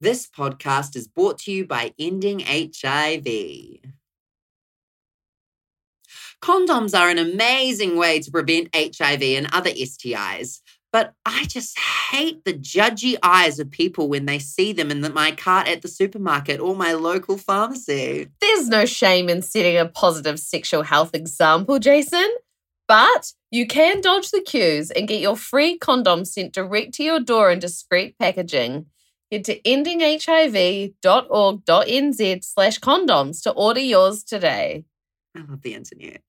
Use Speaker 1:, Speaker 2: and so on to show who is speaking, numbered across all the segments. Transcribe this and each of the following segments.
Speaker 1: This podcast is brought to you by Ending HIV. Condoms are an amazing way to prevent HIV and other STIs, but I just hate the judgy eyes of people when they see them in the, my cart at the supermarket or my local pharmacy.
Speaker 2: There's no shame in setting a positive sexual health example, Jason, but you can dodge the queues and get your free condom sent direct to your door in discreet packaging. Head to endinghiv.org.nz slash condoms to order yours today.
Speaker 1: I love the internet.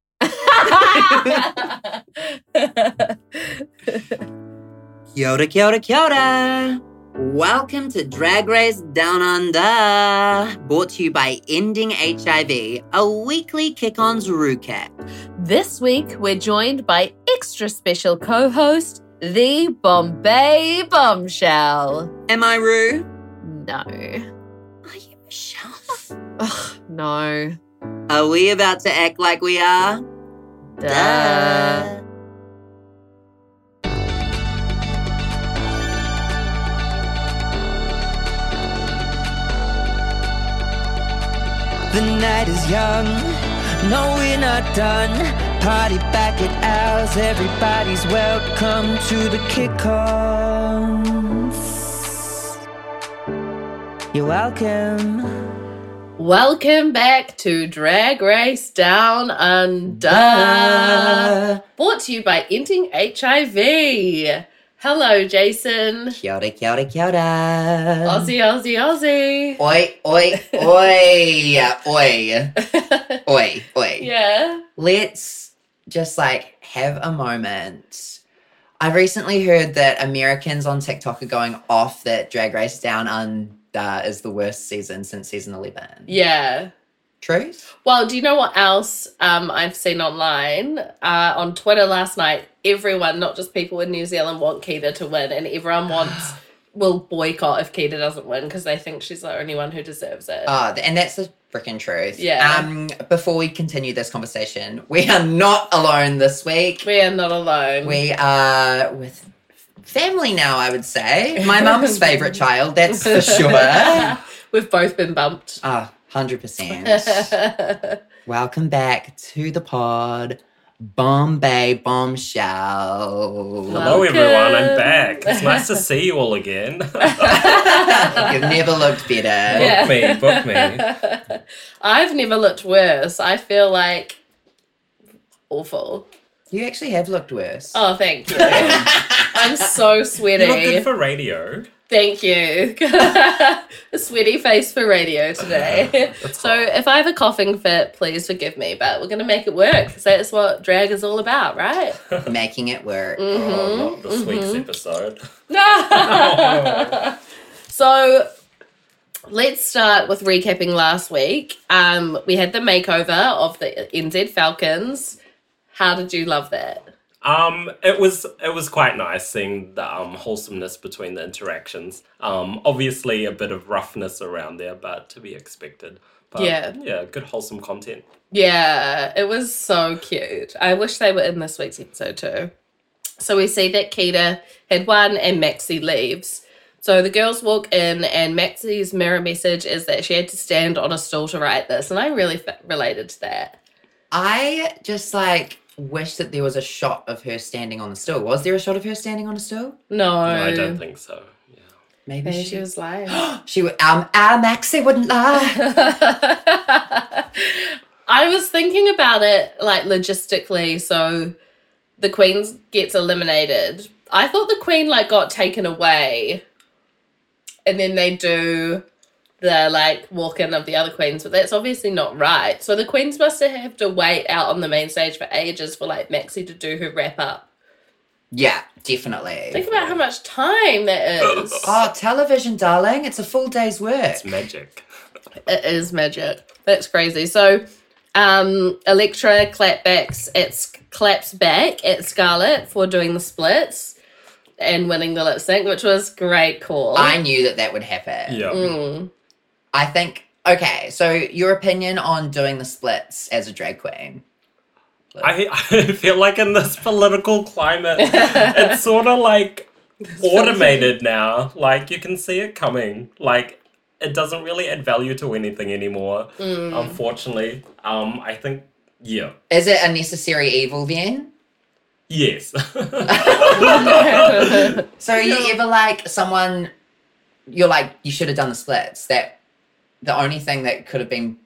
Speaker 1: Kia ora, kia ora, kia ora. Welcome to Drag Race Down Under, brought to you by Ending HIV, a weekly kick on's recap.
Speaker 2: this week, we're joined by extra special co host, the Bombay Bombshell.
Speaker 1: Am I Rue?
Speaker 2: No.
Speaker 1: Are you Michelle?
Speaker 2: Ugh, no.
Speaker 1: Are we about to act like we are?
Speaker 2: Duh.
Speaker 3: The night is young, no, we're not done. Party back at ours, everybody's welcome to the kick-ons. You're welcome.
Speaker 2: Welcome back to Drag Race Down Under. Brought to you by Ending HIV. Hello, Jason.
Speaker 1: Kia ora, kia ora, kia ora.
Speaker 2: Aussie, Aussie,
Speaker 1: Oi, oi, oi, oi,
Speaker 2: Aussie.
Speaker 1: oi, oi.
Speaker 2: yeah.
Speaker 1: let's just like have a moment. I've recently heard that Americans on TikTok are going off that Drag Race Down Under is the worst season since season 11.
Speaker 2: Yeah.
Speaker 1: Truth?
Speaker 2: Well, do you know what else um, I've seen online? Uh, on Twitter last night, everyone, not just people in New Zealand, want Keita to win, and everyone wants will boycott if Keita doesn't win because they think she's the only one who deserves it.
Speaker 1: Oh, th- and that's the freaking truth.
Speaker 2: Yeah.
Speaker 1: Um, before we continue this conversation, we are not alone this week.
Speaker 2: we are not alone.
Speaker 1: We are with family now, I would say. My mum's favourite child, that's for sure. Ah,
Speaker 2: We've both been bumped.
Speaker 1: 100%. Welcome back to the pod, Bombay Bombshell.
Speaker 2: Hello.
Speaker 4: Hello, everyone. I'm back.
Speaker 2: Welcome.
Speaker 4: It's nice to see you all again.
Speaker 1: You've never looked better.
Speaker 4: Yeah. Book me, book me.
Speaker 2: I've never looked worse. I feel like awful.
Speaker 1: You actually have looked worse.
Speaker 2: Oh, thank you. I'm so sweaty.
Speaker 4: you look good for radio.
Speaker 2: Thank you. a sweaty face for radio today.
Speaker 4: That's
Speaker 2: so if I have a coughing fit, please forgive me, but we're gonna make it work. 'cause that's what drag is all about, right?
Speaker 1: Making it work.
Speaker 2: Mm-hmm.
Speaker 4: Oh, not this week's episode.
Speaker 2: so let's start with recapping last week. Um, we had the makeover of the NZ Falcons. How did you love that?
Speaker 4: Um, it was it was quite nice seeing the um, wholesomeness between the interactions. Um, obviously a bit of roughness around there, but to be expected. But,
Speaker 2: Yeah.
Speaker 4: yeah, good wholesome content.
Speaker 2: Yeah, it was so cute. I wish they were in this week's episode too. So we see that Keita had won and Maxie leaves. So the girls walk in, and Maxie's mirror message is that she had to stand on a stool to write this, and I really f- related to that.
Speaker 1: I just like wish that there was a shot of her standing on the stool. Was there a shot of her standing on a stool?
Speaker 2: No,
Speaker 4: No, I don't think so. Yeah.
Speaker 1: Maybe
Speaker 2: Maybe
Speaker 1: she,
Speaker 2: she was lying.
Speaker 1: She would. Um, ah, Maxie wouldn't lie.
Speaker 2: I was thinking about it like logistically. So the queen gets eliminated. I thought the queen like got taken away, and then they do the like walk in of the other queens, but that's obviously not right. So the queens must have to wait out on the main stage for ages for like Maxie to do her wrap up.
Speaker 1: yeah, definitely.
Speaker 2: Think about how much time that is.
Speaker 1: Oh, television, darling. It's a full day's work.
Speaker 4: It's magic.
Speaker 2: It is magic. That's crazy. So, um, Electra clapbacks it's claps back at Scarlett for doing the splits and winning the lip sync, which was great call.
Speaker 1: I knew that that would happen.
Speaker 4: Yeah.
Speaker 2: Mm.
Speaker 1: I think okay. So your opinion on doing the splits as a drag queen?
Speaker 4: I, I feel like in this political climate, it's sort of like automated now. Like you can see it coming. Like it doesn't really add value to anything anymore.
Speaker 2: Mm.
Speaker 4: Unfortunately, um, I think yeah,
Speaker 1: Is it a necessary evil then?
Speaker 4: yes. Um,
Speaker 1: So are you ever like someone you're like, you should have done the splits. That the only thing that could have been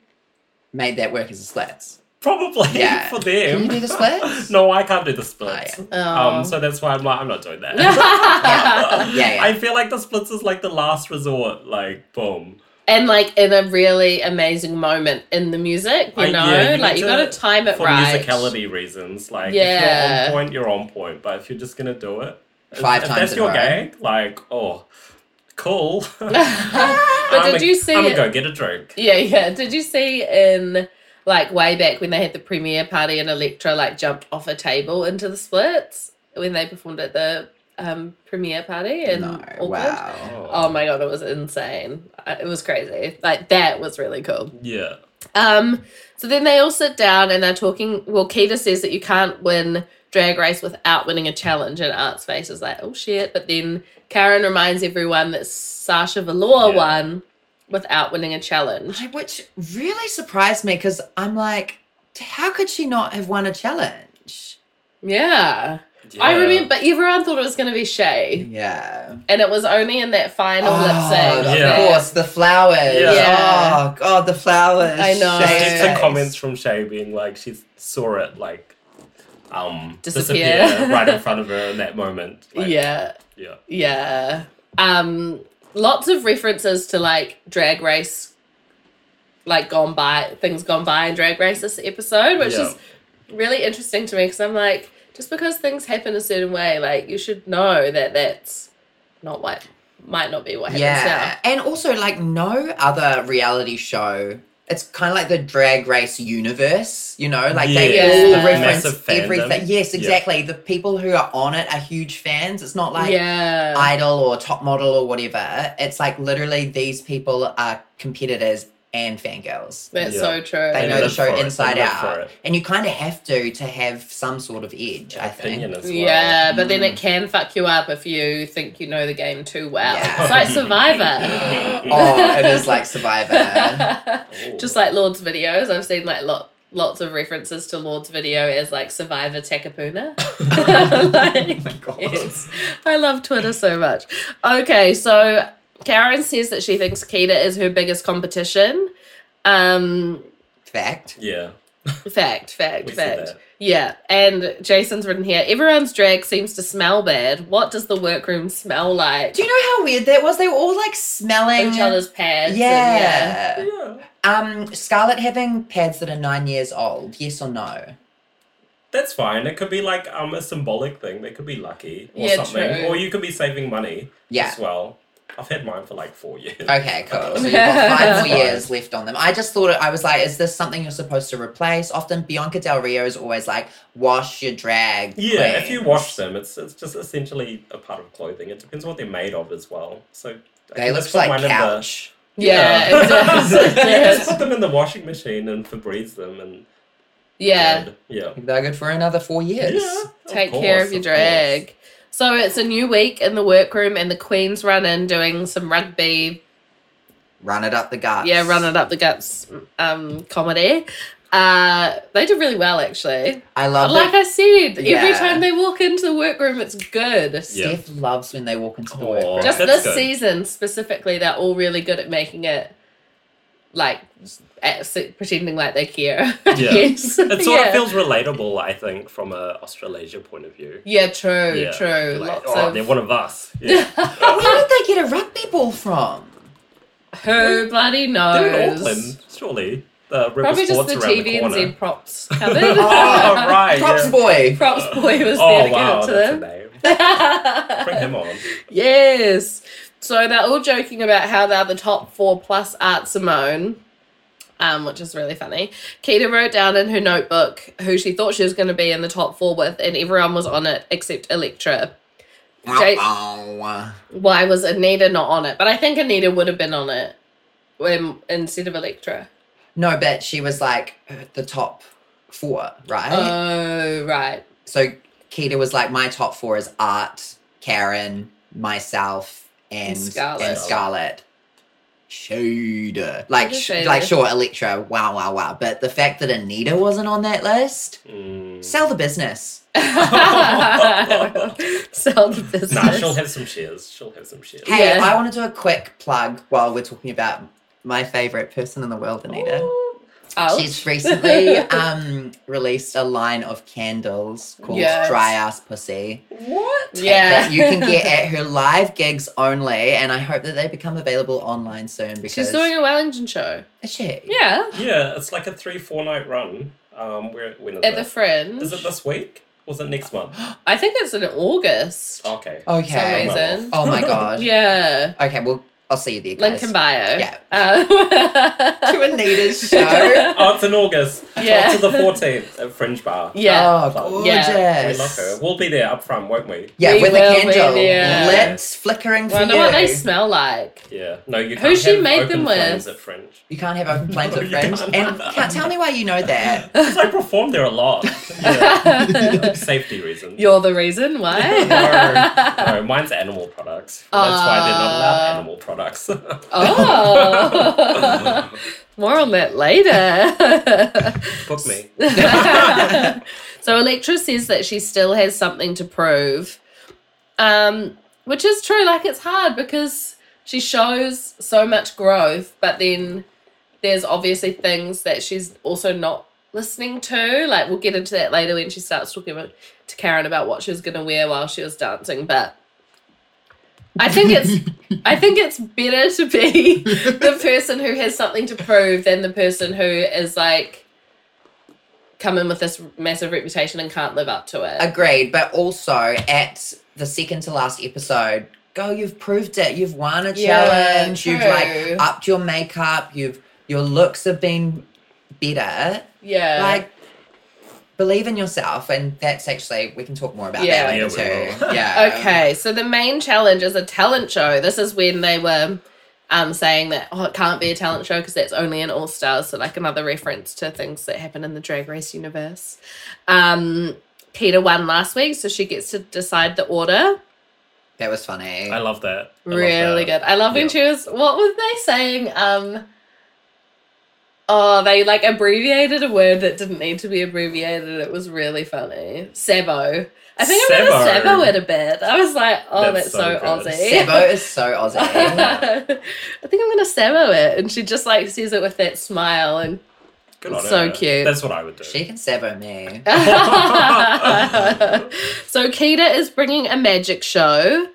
Speaker 1: made that work is the splits.
Speaker 4: Probably
Speaker 1: Yeah.
Speaker 4: for them.
Speaker 1: Can you do the splits?
Speaker 4: no, I can't do the splits.
Speaker 2: Oh.
Speaker 4: Um, so that's why I'm like, I'm not doing that.
Speaker 1: Yeah, yeah.
Speaker 4: I feel like the splits is like the last resort. Like, boom.
Speaker 2: and like in a really amazing moment in the music, you
Speaker 4: I-
Speaker 2: know,
Speaker 4: yeah, you
Speaker 2: like
Speaker 4: need
Speaker 2: you
Speaker 4: to-
Speaker 2: gotta time it
Speaker 4: for
Speaker 2: right.
Speaker 4: musicality reasons. Like,
Speaker 2: Yeah.
Speaker 4: if you're on point, you're on point. But if you're just gonna do it, if-
Speaker 1: Five
Speaker 4: if
Speaker 1: times
Speaker 4: that's
Speaker 1: in a
Speaker 4: your
Speaker 1: row.
Speaker 4: gag, like, oh, cool.
Speaker 2: but did you see
Speaker 4: I'm
Speaker 2: it?
Speaker 4: gonna go get a drink.
Speaker 2: Yeah, yeah. Did you see in like way back when they had the premiere party and Electra like jumped off a table into the splits when they performed at the um premiere party in
Speaker 1: No,
Speaker 2: Auckland?
Speaker 1: wow.
Speaker 2: Oh my god, it was insane. I- It was crazy. Like that was really cool.
Speaker 4: Yeah.
Speaker 2: Um, so then they all sit down and they're talking. Well, Keita says that you can't win Drag Race without winning a challenge, and Art's face is like, oh shit. But then Karen reminds everyone that Sasha Velour
Speaker 4: Yeah.
Speaker 2: won without winning a challenge.
Speaker 1: Which really surprised me because I'm like, how could she not have won a challenge?
Speaker 2: Yeah. I
Speaker 4: Yeah.
Speaker 2: remember everyone thought it was going to be Shay,
Speaker 1: Yeah.
Speaker 2: and it was only in that final lip sync.
Speaker 1: Ah, Oh, of
Speaker 4: Yeah.
Speaker 2: that-
Speaker 1: course, the flowers.
Speaker 4: Yeah.
Speaker 2: Yeah.
Speaker 1: Oh god, the flowers.
Speaker 2: I know.
Speaker 1: Shades.
Speaker 4: Just some comments from Shay being like she saw it like um
Speaker 2: Disappear.
Speaker 4: disappear, right in front of her in that moment. Like,
Speaker 2: yeah,
Speaker 4: Yeah.
Speaker 2: yeah. Um, lots of references to like Drag Race, like gone by things gone by in Drag Race this episode, which
Speaker 4: Yeah.
Speaker 2: is really interesting to me because I'm like, just because things happen a certain way, like you should know that that's not what might not be what happens
Speaker 1: Yeah. And also like no other reality show. It's kind of like the drag race universe, you know, like they
Speaker 2: Yes.
Speaker 1: all reference
Speaker 4: Massive fandom.
Speaker 1: everything. Yes,
Speaker 4: Yeah.
Speaker 1: exactly. The people who are on it are huge fans. It's not
Speaker 2: now.
Speaker 1: like
Speaker 2: yeah,
Speaker 1: idol or top model or whatever. It's like literally these people are competitors and fangirls.
Speaker 2: that's
Speaker 4: Yeah.
Speaker 2: so true.
Speaker 1: They
Speaker 4: They
Speaker 1: know the
Speaker 4: live
Speaker 1: show
Speaker 4: for it. They
Speaker 1: inside
Speaker 4: live for
Speaker 1: out.
Speaker 4: it.
Speaker 1: And you kind of have to to have some sort of edge, I think.
Speaker 4: Opinion as well.
Speaker 2: Yeah, but then it can fuck you up if you think you know the game too well.
Speaker 1: Yeah.
Speaker 2: It's like Survivor.
Speaker 1: Oh, it is like Survivor.
Speaker 2: Just like Lord's videos, I've seen like lot lots of references to Lord's video as like Survivor Takapuna.
Speaker 1: Oh
Speaker 2: like, yes. I love Twitter so much. Okay, so Karen says that she thinks Keita is her biggest competition. Um,
Speaker 1: Fact.
Speaker 4: Yeah.
Speaker 2: fact, fact,
Speaker 4: We said
Speaker 2: fact.
Speaker 4: that.
Speaker 2: Yeah, and Jason's written here. Everyone's drag seems to smell bad. What does the workroom smell like?
Speaker 1: Do you know how weird that was? They were all like smelling.
Speaker 2: each other's pads. and
Speaker 1: Yeah.
Speaker 4: Yeah.
Speaker 1: Um, Scarlett having pads that are nine years old, yes or no?
Speaker 4: That's fine. It could be like um a symbolic thing. They could be lucky or
Speaker 2: Yeah,
Speaker 4: something.
Speaker 2: true.
Speaker 4: Or you could be saving money
Speaker 1: Yeah.
Speaker 4: as well. I've had mine for like four years.
Speaker 1: Okay, cool. So you've got five more years left on them. I just thought it, I was like, is this something you're supposed to replace? Often Bianca Del Rio is always like, wash your drag.
Speaker 4: Yeah, if
Speaker 1: queens.
Speaker 4: you wash them, it's it's just essentially a part of clothing. It depends what they're made of as well. So I
Speaker 1: they
Speaker 4: can
Speaker 1: look
Speaker 4: just put
Speaker 1: like
Speaker 4: mine in the-
Speaker 1: couch.
Speaker 2: Yeah, yeah, it does. It
Speaker 4: just
Speaker 2: does.
Speaker 4: put them in the washing machine and Febreze them and
Speaker 2: yeah.
Speaker 4: and- yeah.
Speaker 1: They're good for another four years.
Speaker 4: Yeah, of
Speaker 2: Take care
Speaker 4: course,
Speaker 2: of your
Speaker 4: course.
Speaker 2: drag. So it's a new week in the workroom, and the queens run in doing some rugby.
Speaker 1: Run it up the guts.
Speaker 2: Yeah, run it up the guts um, comedy. Uh, they did really well, actually.
Speaker 1: I love
Speaker 2: Like
Speaker 1: it.
Speaker 2: I said, every
Speaker 1: Yeah.
Speaker 2: time they walk into the workroom, it's good.
Speaker 4: Yeah.
Speaker 1: Steph loves when they walk into the
Speaker 4: Aw.
Speaker 1: workroom.
Speaker 2: Just
Speaker 4: That's
Speaker 2: this
Speaker 4: good.
Speaker 2: season specifically, they're all really good at making it like at, pretending like they care. Yeah. yes.
Speaker 4: It sort
Speaker 2: yeah.
Speaker 4: of feels relatable, I think, from a Australasia point of view.
Speaker 2: Yeah, true,
Speaker 4: Yeah.
Speaker 2: true.
Speaker 4: Like,
Speaker 2: Lots
Speaker 4: oh,
Speaker 2: of
Speaker 4: they're one of us. Yeah.
Speaker 1: Where did they get a rugby ball from?
Speaker 2: who bloody
Speaker 4: They're in
Speaker 2: knows.
Speaker 4: Auckland, surely. The River
Speaker 2: Probably just
Speaker 4: Sports
Speaker 2: the
Speaker 4: around
Speaker 2: TVNZ
Speaker 4: the corner.
Speaker 2: props covered.
Speaker 4: oh, right.
Speaker 1: Props
Speaker 4: yeah.
Speaker 1: boy.
Speaker 2: Props boy was there
Speaker 4: Oh,
Speaker 2: to
Speaker 4: wow,
Speaker 2: give
Speaker 4: that's a
Speaker 2: it
Speaker 4: name.
Speaker 2: to them.
Speaker 4: Bring him on.
Speaker 2: Yes. So they're all joking about how they're the top four plus Art Simone, um, which is really funny. Keita wrote down in her notebook who she thought she was going to be in the top four with, and everyone was on it except Electra. Jay-
Speaker 1: Oh.
Speaker 2: Why was Anita not on it? But I think Anita would have been on it when, instead of Electra.
Speaker 1: No, but she was like uh, the top four, right?
Speaker 4: Uh,
Speaker 2: Oh, right.
Speaker 1: so Keita was like, my top four is Art, Karen, myself and,
Speaker 2: Scarlet.
Speaker 1: and Scarlet. Shade. Like,
Speaker 2: just
Speaker 1: sh-
Speaker 2: shade.
Speaker 1: like sure, Electra, wow, wow, wow. But the fact that Anita wasn't on that list,
Speaker 4: Mm.
Speaker 1: sell the business.
Speaker 2: Sell the business.
Speaker 4: Nah, she'll have some shares. She'll have some shares.
Speaker 1: Hey,
Speaker 2: Yeah.
Speaker 1: I want to do a quick plug while we're talking about my favorite person in the world, Anita.
Speaker 2: Ouch.
Speaker 1: She's recently um, released a line of candles called
Speaker 2: Yes.
Speaker 1: Dry Ass Pussy
Speaker 4: What?
Speaker 2: yeah.
Speaker 1: that you can get at her live gigs only, and I hope that they become available online soon because
Speaker 2: She's doing a Wellington show.
Speaker 1: Is she?
Speaker 2: Yeah.
Speaker 4: Yeah, it's like a three, four night run. Um, where when is
Speaker 2: At the
Speaker 4: it?
Speaker 2: Fringe.
Speaker 4: Is it this week? Was it next month?
Speaker 2: I think it's in August.
Speaker 4: Okay.
Speaker 2: For some
Speaker 1: Oh, Okay.
Speaker 4: amazing.
Speaker 2: reason.
Speaker 1: Oh my god.
Speaker 2: Yeah.
Speaker 1: Okay, well I'll see you there, guys.
Speaker 2: Link in bio.
Speaker 1: Yeah.
Speaker 2: Um,
Speaker 1: to Anita's show.
Speaker 4: Oh, it's in August.
Speaker 2: Yeah.
Speaker 4: Yeah. to the 14th at Fringe Bar.
Speaker 2: yeah.
Speaker 1: Oh, gorgeous.
Speaker 2: Yeah.
Speaker 4: We love her. We'll be there up front, won't we?
Speaker 1: Yeah,
Speaker 2: We
Speaker 1: with a
Speaker 2: will be
Speaker 1: candle,
Speaker 2: there.
Speaker 1: lit, flickering for
Speaker 2: Wonder
Speaker 1: you.
Speaker 2: what they smell like.
Speaker 4: Yeah. No, you can't
Speaker 2: Who's she
Speaker 4: have
Speaker 2: made
Speaker 4: open
Speaker 2: them
Speaker 4: flames
Speaker 2: with?
Speaker 4: at Fringe.
Speaker 1: you can't have open flames
Speaker 4: No,
Speaker 1: at
Speaker 4: you
Speaker 1: Fringe. And
Speaker 4: can't.
Speaker 1: can't tell me why you know that.
Speaker 4: Because I perform there a lot. Yeah. Safety reasons.
Speaker 2: You're the reason why.
Speaker 4: no, no, mine's animal products. That's why they're not
Speaker 2: Ah.
Speaker 4: allowed animal products.
Speaker 2: Oh. More on that later.
Speaker 4: Book me.
Speaker 2: so Electra says that she still has something to prove. Um, which is true, like it's hard because she shows so much growth, but then there's obviously things that she's also not listening to. Like we'll get into that later when she starts talking about, to Karen about what she was gonna wear while she was dancing, but I think it's I think it's better to be the person who has something to prove than the person who is like come in with this massive reputation and can't live up to it.
Speaker 1: Agreed. But also at the second to last episode, go, you've proved it. You've won a
Speaker 2: Yeah,
Speaker 1: challenge. You've
Speaker 2: true.
Speaker 1: like upped your makeup. You've your looks have been better.
Speaker 2: yeah.
Speaker 1: like believe in yourself and that's actually we can talk more about
Speaker 2: Yeah.
Speaker 1: that later
Speaker 4: Yeah, we
Speaker 1: too. yeah
Speaker 2: okay, so the main challenge is a talent show. This is when they were um, saying that oh, it can't be a talent show because that's only an all stars. So like another reference to things that happen in the Drag Race universe. Um, Peter won last week, so she gets to decide the order.
Speaker 1: that was funny
Speaker 4: I love that. I love
Speaker 2: really
Speaker 4: that.
Speaker 2: good. I love when
Speaker 4: Yeah.
Speaker 2: she was. What were they saying? Um, oh, they like abbreviated a word that didn't need to be abbreviated. It was really funny. Sabo. I think I remember
Speaker 4: Sabo.
Speaker 2: Sabo at a bit. I was like, oh, that's,
Speaker 4: That's
Speaker 2: so,
Speaker 4: so good.
Speaker 2: Aussie.
Speaker 1: Sebo is so aussie
Speaker 2: I think I'm gonna Sabo it, and she just like says it with that smile and.
Speaker 4: Good on
Speaker 2: So
Speaker 4: her.
Speaker 2: cute.
Speaker 4: That's what I would do.
Speaker 1: she can Sebo me
Speaker 2: so Keita is bringing a magic show.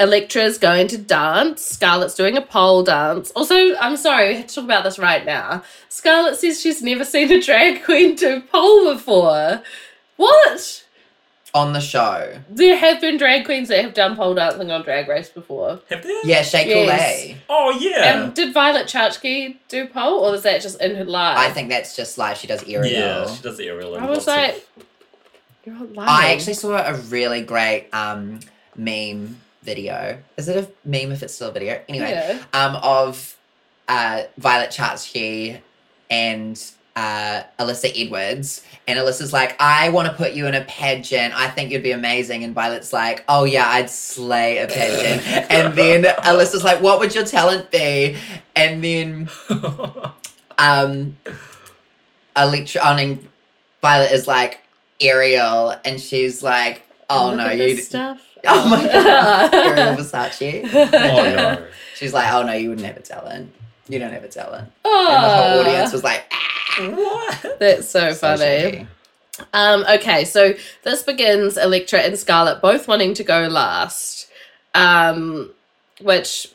Speaker 2: Electra's going to dance. Scarlett's doing a pole dance. Also, I'm sorry, we have to talk about this right now. Scarlett says she's never seen a drag queen do pole before. What?
Speaker 1: on the show
Speaker 2: There have been drag queens that have done pole dancing on Drag Race before.
Speaker 4: Have they?
Speaker 1: yeah shake
Speaker 2: Yes.
Speaker 1: yes.
Speaker 4: Oh, yeah.
Speaker 2: Um, did Violet Chachki do pole, or is that just in her life?
Speaker 1: I think that's just live she does Ariel
Speaker 4: yeah, she does the aerial. and
Speaker 2: I was
Speaker 4: lots of-
Speaker 2: like, you're lying.
Speaker 1: I actually saw a really great um meme video is it a meme if it's still a video anyway
Speaker 2: Yeah.
Speaker 1: um, of uh, Violet Chachki and uh, Alyssa Edwards. And Alyssa's like, I want to put you in a pageant. I think you'd be amazing. And Violet's like, Oh, yeah, I'd slay a pageant. and then Alyssa's like, What would your talent be? And then um, Electra, I mean, Violet is like, Ariel. And she's like, Oh,
Speaker 2: Look
Speaker 1: no,
Speaker 2: at
Speaker 1: you.
Speaker 2: this stuff.
Speaker 1: Oh, my God. Ariel Versace.
Speaker 4: oh, no.
Speaker 1: She's like, oh no, you wouldn't have a talent. You don't have a talent. And the
Speaker 2: Oh,
Speaker 1: whole audience was like, ah,
Speaker 4: What?
Speaker 2: That's so
Speaker 1: so
Speaker 2: funny.
Speaker 1: shitty.
Speaker 2: Um, okay, so this begins Electra and Scarlet both wanting to go last, um, which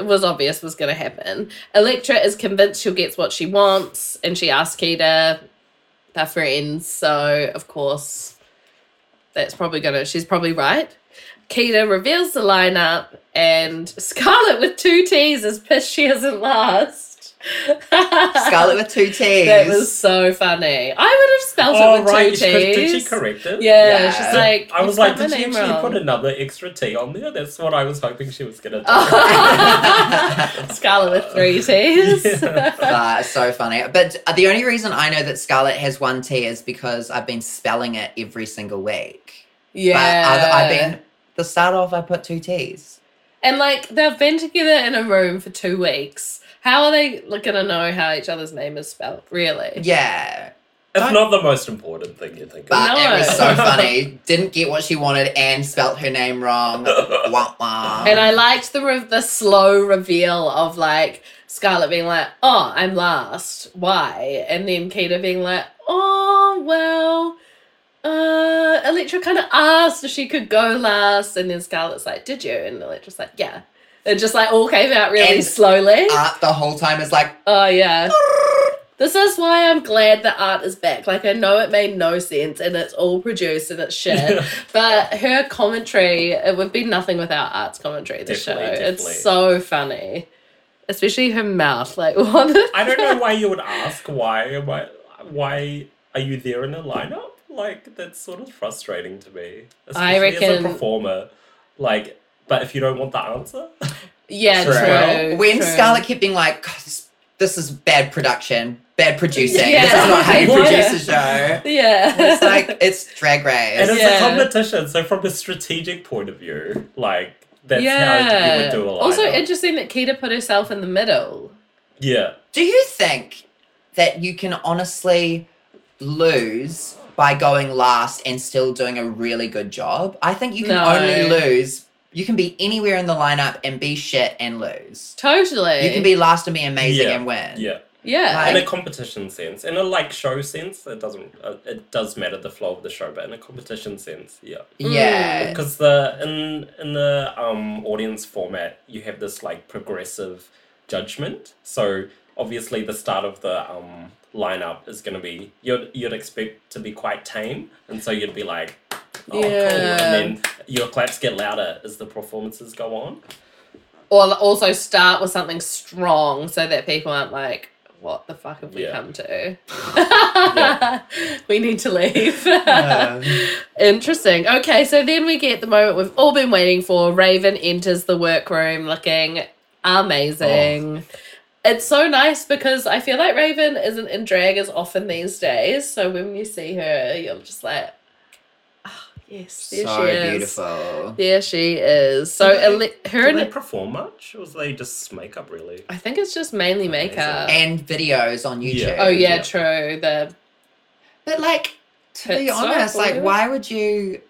Speaker 2: was obvious was going to happen. Electra is convinced she'll get what she wants, and she asks Keita, they're friends, so of course that's probably going to, she's probably right. Keita reveals the lineup, and Scarlet with two T's is pissed she isn't last.
Speaker 1: Scarlet with two T's.
Speaker 2: That was so funny. I would have spelled it
Speaker 4: Oh,
Speaker 2: with
Speaker 4: right.
Speaker 2: two
Speaker 4: she- 'cause Did she
Speaker 2: T's.
Speaker 4: correct it?
Speaker 2: yeah,
Speaker 1: Yeah.
Speaker 2: she's like,
Speaker 4: I
Speaker 2: "You
Speaker 4: was like,
Speaker 2: spelled my
Speaker 4: did she
Speaker 2: name
Speaker 4: actually
Speaker 2: wrong."
Speaker 4: put another extra T on there? That's what I was hoping she was going to do.
Speaker 2: Scarlet with three T's.
Speaker 4: Yeah.
Speaker 1: Ah, so funny. But uh, the only reason I know that Scarlet has one T is because I've been spelling it every single week. But other, I've been the start off. I put two T's.
Speaker 2: And like they've been together in a room for two weeks. How are they like, gonna know how each other's name is spelled? Really?
Speaker 1: Yeah.
Speaker 4: It's
Speaker 1: Don't-
Speaker 4: not the most important thing you think
Speaker 1: But
Speaker 4: of.
Speaker 2: No.
Speaker 1: it was so funny. Didn't get what she wanted and spelt her name wrong. wah, wah.
Speaker 2: And I liked the re- the slow reveal of like Scarlett being like, "Oh, I'm last. Why?" And then Keita being like, "Oh, well." Uh, Electra kind of asked if she could go last, and then Scarlett's like, "Did you?" And Electra's like, "Yeah." It just like all came out really
Speaker 1: And-
Speaker 2: slowly.
Speaker 1: Art Uh, the whole time is like,
Speaker 2: Oh yeah. This is why I'm glad that art is back. Like I know it made no sense and it's all produced and it's shit. but her commentary, it would be nothing without art's commentary, the show.
Speaker 4: Definitely, definitely.
Speaker 2: It's so funny. Especially her mouth. Like what the-
Speaker 4: I don't know why you would ask why why why are you there in a lineup? Like that's sort of frustrating to me.
Speaker 2: I
Speaker 4: especially as a
Speaker 2: reckon-
Speaker 4: performer. Like but if you don't want the answer,
Speaker 2: Yeah,
Speaker 4: True.
Speaker 2: true.
Speaker 4: Well,
Speaker 1: when
Speaker 2: true.
Speaker 1: Scarlett kept being like, "God, this, this is bad production, bad producing. This
Speaker 2: Yeah.
Speaker 1: is not how you
Speaker 4: Why?
Speaker 1: produce a show.
Speaker 2: Yeah.
Speaker 1: It's like, it's drag race.
Speaker 4: and it's
Speaker 2: Yeah.
Speaker 4: a competition. So from a strategic point of view, like that's how you would do a lineup.
Speaker 2: also interesting that Keita put herself in the middle.
Speaker 4: yeah,
Speaker 1: Do you think that you can honestly lose by going last and still doing a really good job? I think you can
Speaker 2: No.
Speaker 1: only lose. You can be anywhere in the lineup and be shit and lose.
Speaker 2: Totally.
Speaker 1: You can be last and be amazing
Speaker 4: Yeah.
Speaker 1: and win.
Speaker 4: yeah.
Speaker 2: Yeah.
Speaker 1: Like-
Speaker 4: in a competition sense, in a like show sense, it doesn't. Uh, it does matter the flow of the show, but in a competition sense, yeah.
Speaker 2: Mm.
Speaker 1: Yeah.
Speaker 4: because the in in the um audience format you have this like progressive judgment so obviously the start of the um lineup is going to be you'd you'd expect to be quite tame and so you'd be like oh cool
Speaker 2: Yeah.
Speaker 4: and then your claps get louder as the performances go on
Speaker 2: Or also start with something strong so that people aren't like, what the fuck have we
Speaker 4: Yeah.
Speaker 2: come to?
Speaker 4: Yeah.
Speaker 2: we need to leave.
Speaker 1: Um,
Speaker 2: Interesting. Okay, so then we get the moment we've all been waiting for. Raven enters the workroom looking amazing. It's so nice because I feel like Raven isn't in drag as often these days. So when you see her, you're just like, oh, yes, there
Speaker 1: so
Speaker 2: she is.
Speaker 1: beautiful.
Speaker 2: There she is. So
Speaker 4: Did
Speaker 2: ele- her
Speaker 4: do
Speaker 2: and
Speaker 4: they perform much or was they just makeup really
Speaker 2: I think it's just mainly makeup.
Speaker 1: And videos on YouTube.
Speaker 4: Yeah.
Speaker 2: oh yeah,
Speaker 4: Yeah.
Speaker 2: true. The
Speaker 1: But like, to be
Speaker 2: Tits up,
Speaker 1: honest, like,
Speaker 2: whatever.
Speaker 1: why would you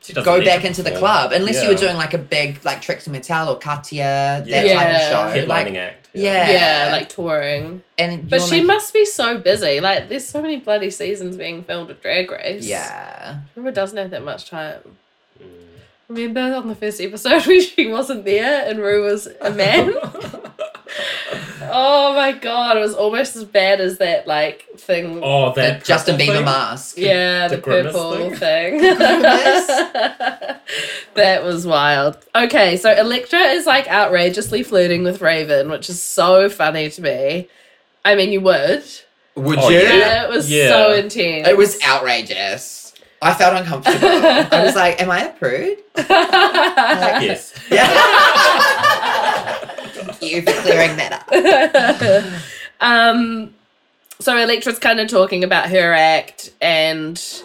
Speaker 4: She doesn't
Speaker 1: go
Speaker 4: need to
Speaker 1: back into the
Speaker 4: perform.
Speaker 1: club unless you
Speaker 4: Yeah.
Speaker 1: were doing like a big like Trixie Mattel or Katya that
Speaker 2: Yeah.
Speaker 1: type of show
Speaker 4: headlining
Speaker 1: like
Speaker 4: act
Speaker 1: yeah.
Speaker 2: yeah, like touring.
Speaker 1: and
Speaker 2: But
Speaker 1: you're
Speaker 2: she
Speaker 1: like-
Speaker 2: must be so busy. Like there's so many bloody seasons being filmed of Drag Race.
Speaker 1: yeah
Speaker 2: Remember doesn't have that much time.
Speaker 4: Mm.
Speaker 2: Remember on the first episode when she wasn't there and Rue was a man? oh my god, it was almost as bad as that like thing.
Speaker 4: oh that
Speaker 1: the Justin
Speaker 4: purple
Speaker 1: Bieber
Speaker 4: thing?
Speaker 1: mask
Speaker 2: Yeah, the,
Speaker 4: The grimace
Speaker 2: purple
Speaker 4: thing?
Speaker 2: thing.
Speaker 1: grimace?
Speaker 2: that was wild. Okay, so Electra is like outrageously flirting with Raven, which is so funny to me. I mean, you would.
Speaker 1: would
Speaker 4: Oh, you?
Speaker 2: Yeah,
Speaker 4: Yeah.
Speaker 2: it was
Speaker 4: Yeah.
Speaker 2: so intense.
Speaker 1: it was outrageous I felt uncomfortable I was like am I a prude
Speaker 4: yes
Speaker 1: yeah thank you for clearing that up
Speaker 2: um, so Electra's kind of talking about her act, and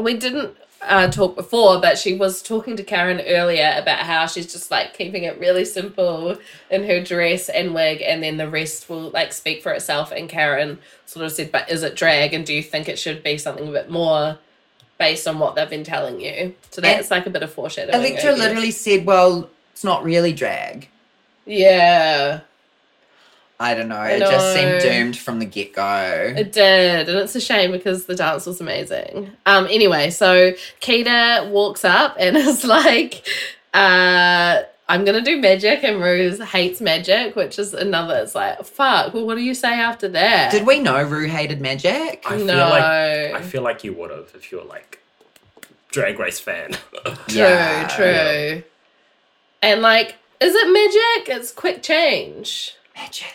Speaker 2: we didn't uh, talk before, but she was talking to Karen earlier about how she's just like keeping it really simple in her dress and wig, and then the rest will like speak for itself. And Karen sort of said, "But is it drag? And do you think it should be something a bit more?" Based on what they've been telling you, so that's like a bit of foreshadowing. I
Speaker 1: Electra
Speaker 2: guess.
Speaker 1: literally said well it's not really drag
Speaker 2: yeah,
Speaker 1: I don't know
Speaker 2: I
Speaker 1: it just seemed
Speaker 2: know.
Speaker 1: doomed from the get go
Speaker 2: It did, and it's a shame because the dance was amazing. Um, anyway, so Keita walks up and is like, uh, I'm gonna do magic, and Rose hates magic, which is another. It's like, fuck. Well, what do you say after that?
Speaker 1: did we know Rue hated magic
Speaker 4: I
Speaker 2: no.
Speaker 4: feel like I feel like you would have if you were like Drag Race fan.
Speaker 2: True, true. And like, is it magic? It's quick change.
Speaker 1: magic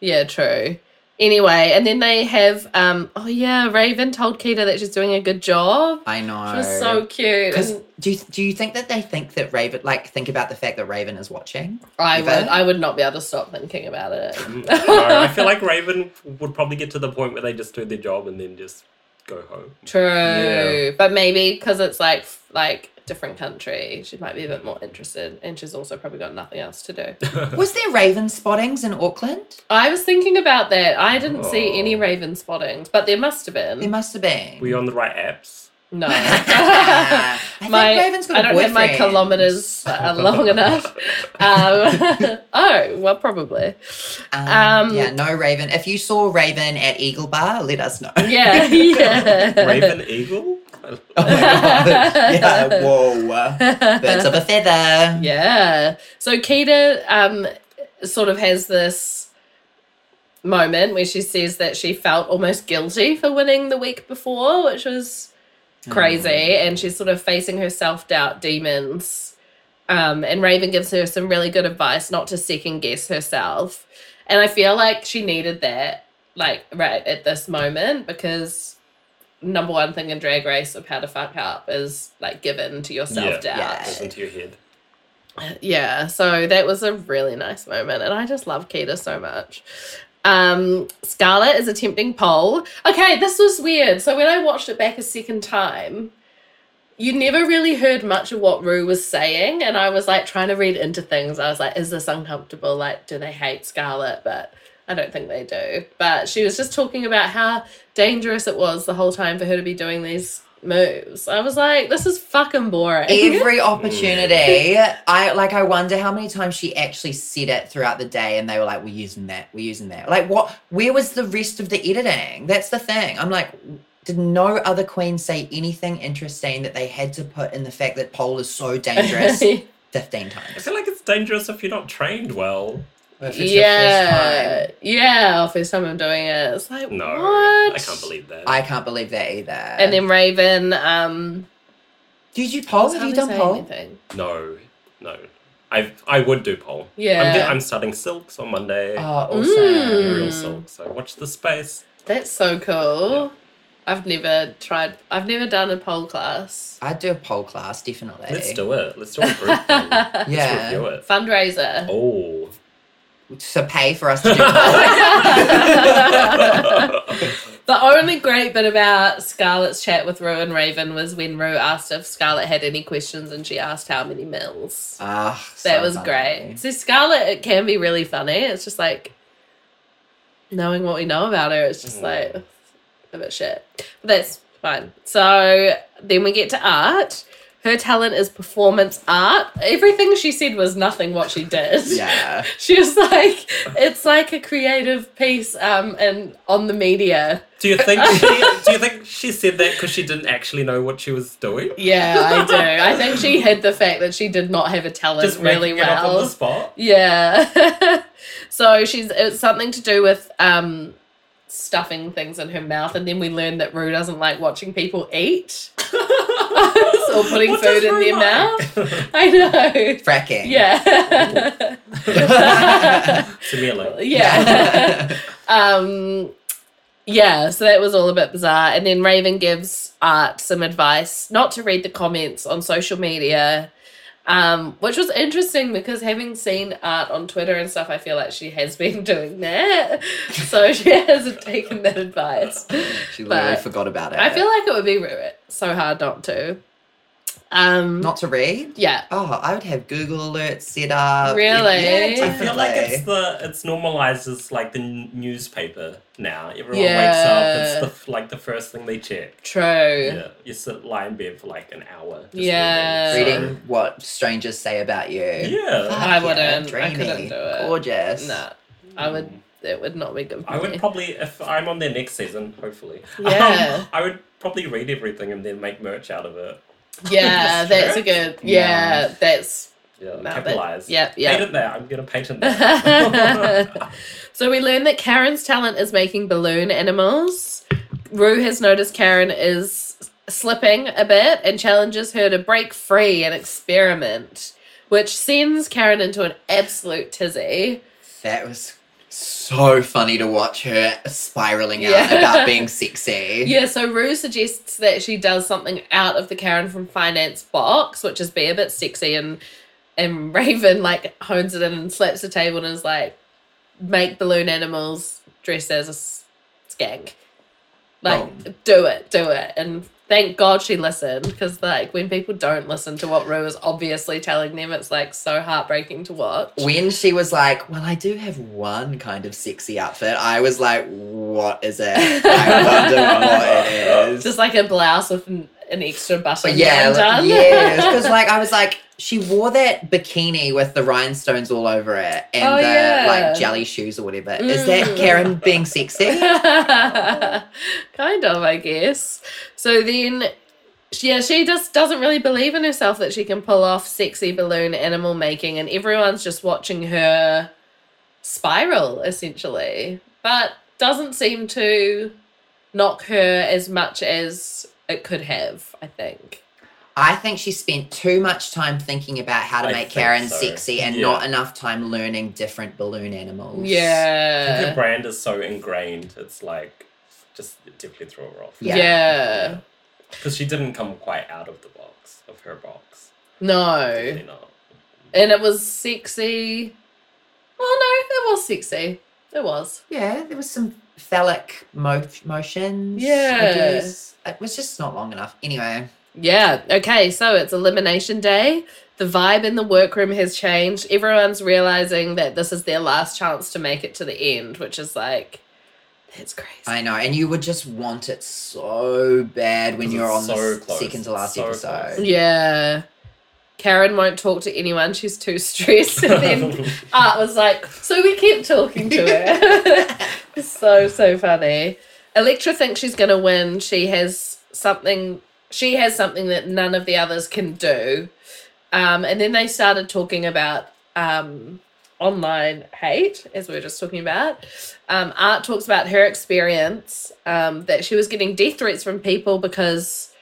Speaker 2: Yeah, true. Anyway, and then they have um oh yeah, Raven told Keita that she's doing a good job.
Speaker 1: I know
Speaker 2: She was so cute.
Speaker 1: Because
Speaker 2: and-
Speaker 1: do you, do you think that they think that Raven like think about the fact that Raven is watching?
Speaker 2: I
Speaker 1: You
Speaker 2: would.
Speaker 1: bet.
Speaker 2: I would not be able to stop thinking about it.
Speaker 4: Mm, no, I feel like Raven would probably get to the point where they just do their job and then just go home.
Speaker 2: True,
Speaker 4: Yeah.
Speaker 2: but maybe because it's like f- like different country, she might be a bit more interested, and she's also probably got nothing else to do.
Speaker 1: Was there raven spottings in Auckland?
Speaker 2: I was thinking about that. I didn't see any
Speaker 4: Oh.
Speaker 2: raven spottings, but there must have
Speaker 1: There
Speaker 2: been.
Speaker 1: must have been.
Speaker 4: Were you on the right apps?
Speaker 2: No,
Speaker 1: I think Raven's got
Speaker 2: I
Speaker 1: a
Speaker 2: don't have my
Speaker 1: boyfriend.
Speaker 2: kilometers are long enough. Um, oh well, probably.
Speaker 1: Um,
Speaker 2: Um,
Speaker 1: yeah, no Raven. If you saw Raven at Eagle Bar, let us know.
Speaker 2: Yeah, yeah.
Speaker 4: Raven Eagle?
Speaker 1: oh my god. Yeah, whoa. Birds of a feather.
Speaker 2: Yeah. So Keita um sort of has this moment where she says that she felt almost guilty for winning the week before, which was
Speaker 1: Hmm.
Speaker 2: crazy. And she's sort of facing her self-doubt demons. Um, and Raven gives her some really good advice not to second guess herself. And I feel like she needed that, like, right at this moment, because number one thing in drag race of how to fuck up is like given to your self doubt.
Speaker 1: Yeah.
Speaker 4: Goes into your head.
Speaker 2: Yeah, so that was a really nice moment, and I just love Keita so much. Um, Scarlett is attempting pole. Okay, this was weird. So when I watched it back a second time, you never really heard much of what Rue was saying, and I was like trying to read into things. I was like, is this uncomfortable? Like, do they hate Scarlett? But I don't think they do. But she was just talking about how dangerous it was the whole time for her to be doing these moves. I was like, this is fucking boring.
Speaker 1: Every opportunity, I like. I wonder how many times she actually said it throughout the day, and they were like, "We're using that. We're using that." Like, what? Where was the rest of the editing? That's the thing. I'm like, did no other queen say anything interesting that they had to put in the fact that pole is so dangerous fifteen
Speaker 4: I
Speaker 1: times?
Speaker 4: feel like it's dangerous if you're not trained well.
Speaker 1: If it's your
Speaker 2: yeah,
Speaker 1: first time.
Speaker 2: yeah. Or first time I'm doing it. It's like
Speaker 4: No,
Speaker 2: what?
Speaker 4: I can't believe that.
Speaker 1: I can't believe that either.
Speaker 2: And then Raven. Um,
Speaker 1: did you poll? Have
Speaker 2: can't
Speaker 1: you done
Speaker 2: say
Speaker 1: poll?
Speaker 2: anything.
Speaker 4: no, no. I I would do poll. I'm,
Speaker 2: Yeah.
Speaker 4: get- I'm starting silks on Monday.
Speaker 1: Oh, Hmm. awesome.
Speaker 2: Mm.
Speaker 4: Real silk. So watch the space.
Speaker 2: That's so cool. I've never tried. I've never done a pole class.
Speaker 1: I'd do a poll class definitely.
Speaker 4: Let's do it. Let's do a group. thing. Let's
Speaker 1: Yeah.
Speaker 4: review it.
Speaker 2: Fundraiser.
Speaker 4: Oh.
Speaker 1: to pay for us to do polls. Oh.
Speaker 2: The only great bit about Scarlett's chat with Rue and Raven was when Rue asked if Scarlett had any questions, and she asked how many mils.
Speaker 1: Ah,
Speaker 2: That
Speaker 1: so
Speaker 2: was
Speaker 1: funny.
Speaker 2: great. So Scarlett, it can be really funny. It's just like knowing what we know about her. It's just
Speaker 4: Mm.
Speaker 2: like a bit shit. But that's fine. So then we get to art. Her talent is performance art. Everything she said was nothing what she did.
Speaker 1: Yeah.
Speaker 2: She was like, it's like a creative piece um, and on the media.
Speaker 4: Do you think she, do you think she said that because she didn't actually know what she was doing?
Speaker 2: Yeah, I do. I think she hid the fact that she did not have a talent
Speaker 4: Just
Speaker 2: really
Speaker 4: making
Speaker 2: well.
Speaker 4: it up on the spot.
Speaker 2: Yeah. so she's it's something to do with um stuffing things in her mouth and then we learn that Rue doesn't like watching people eat. or putting
Speaker 4: What
Speaker 2: food
Speaker 4: does
Speaker 2: in
Speaker 4: Rue
Speaker 2: their
Speaker 4: like?
Speaker 2: mouth. I know.
Speaker 1: Fracking.
Speaker 2: Yeah.
Speaker 4: To me, like,
Speaker 2: yeah. um yeah, so that was all a bit bizarre. And then Raven gives Art some advice not to read the comments on social media, um, which was interesting because having seen Art on Twitter and stuff, I feel like she has been doing that. So she hasn't taken that advice.
Speaker 1: She literally
Speaker 2: But
Speaker 1: forgot about it.
Speaker 2: I feel like it would be r- so hard not to. Um,
Speaker 1: not to read.
Speaker 2: yeah,
Speaker 1: Oh, I would have Google alerts set up.
Speaker 2: Really?
Speaker 1: Yeah,
Speaker 4: I feel like it's
Speaker 1: definitely.
Speaker 4: the it's normalized as like the n- newspaper now. Everyone wakes
Speaker 2: Yeah.
Speaker 4: up. It's the f- like the first thing they check.
Speaker 2: true.
Speaker 4: Yeah, you sit lie in bed for like an hour. just
Speaker 2: Yeah.
Speaker 4: reading.
Speaker 1: reading what strangers say about you.
Speaker 4: So-
Speaker 1: Fuck
Speaker 4: yeah,
Speaker 2: I
Speaker 1: yeah,
Speaker 2: wouldn't. I
Speaker 1: dreamy,
Speaker 2: couldn't do it.
Speaker 1: Gorgeous.
Speaker 2: No, I would. It would not be good. For
Speaker 4: I would
Speaker 2: me.
Speaker 4: probably if I'm on their next season, hopefully. um,
Speaker 2: Yeah.
Speaker 4: I would probably read everything and then make merch out of it.
Speaker 2: Yeah, that's a good. Yeah, that's.
Speaker 4: Yeah,
Speaker 2: No, but-
Speaker 4: capitalize.
Speaker 2: yep, yep.
Speaker 4: Patent that. I'm gonna patent that.
Speaker 2: So we learned that Karen's talent is making balloon animals. Rue has noticed Karen is slipping a bit and challenges her to break free and experiment, which sends Karen into an absolute tizzy.
Speaker 1: That was so funny to watch her spiraling out
Speaker 2: Yeah.
Speaker 1: about being sexy.
Speaker 2: Yeah, so Rue suggests that she does something out of the Karen from Finance box, which is be a bit sexy and and Raven like hones it in and slaps the table and is like, make balloon animals dressed as a s- skank. Like,
Speaker 1: Boom.
Speaker 2: do it, do it. And thank God she listened because, like, when people don't listen to what Rue is obviously telling them, it's like so heartbreaking to watch.
Speaker 1: When she was like, Well, I do have one kind of sexy outfit, I was like, What is it? I wonder what it is.
Speaker 2: Just like a blouse with an, an extra
Speaker 1: But
Speaker 2: button.
Speaker 1: yeah,
Speaker 2: undone.
Speaker 1: like, yes, because like I was like, she wore that bikini with the rhinestones all over it and
Speaker 2: Oh,
Speaker 1: the
Speaker 2: yeah.
Speaker 1: like jelly shoes or whatever. Is
Speaker 2: Mm.
Speaker 1: that Karen being sexy?
Speaker 2: kind of, I guess. So then, yeah, she just doesn't really believe in herself that she can pull off sexy balloon animal making, and everyone's just watching her spiral essentially, but doesn't seem to knock her as much as it could have, I think.
Speaker 1: I think she spent too much time thinking about how to
Speaker 4: I
Speaker 1: make
Speaker 4: think
Speaker 1: Karen
Speaker 4: so.
Speaker 1: sexy and
Speaker 4: Yeah.
Speaker 1: not enough time learning different balloon animals.
Speaker 4: I think her
Speaker 2: Yeah.
Speaker 4: brand is so ingrained. It's like just it definitely threw her off.
Speaker 1: Yeah.
Speaker 2: yeah.
Speaker 4: Because she didn't come quite out of the box of her box.
Speaker 2: No.
Speaker 4: Definitely not.
Speaker 2: And it was sexy. Oh no, it was sexy. It was.
Speaker 1: Yeah, there was some phallic mo- motions. I
Speaker 2: Yeah.
Speaker 1: guess. It was just not long enough. Anyway,
Speaker 2: Yeah. Okay. So it's elimination day. The vibe in the workroom has changed. Everyone's realizing that this is their last chance to make it to the end, which is like, that's crazy.
Speaker 1: I know. And you would just want it so bad when
Speaker 4: Because
Speaker 1: you're on
Speaker 4: it's
Speaker 1: the
Speaker 4: so
Speaker 1: s-
Speaker 4: close.
Speaker 1: second to last
Speaker 4: So close.
Speaker 1: episode.
Speaker 2: yeah. Karen won't talk to anyone. She's too stressed. And then Art was like, so we kept talking to her. so, so funny. Electra thinks she's going to win. She has something, she has something that none of the others can do. Um, and then they started talking about um, online hate, as we were just talking about. Um, Art talks about her experience um, that she was getting death threats from people because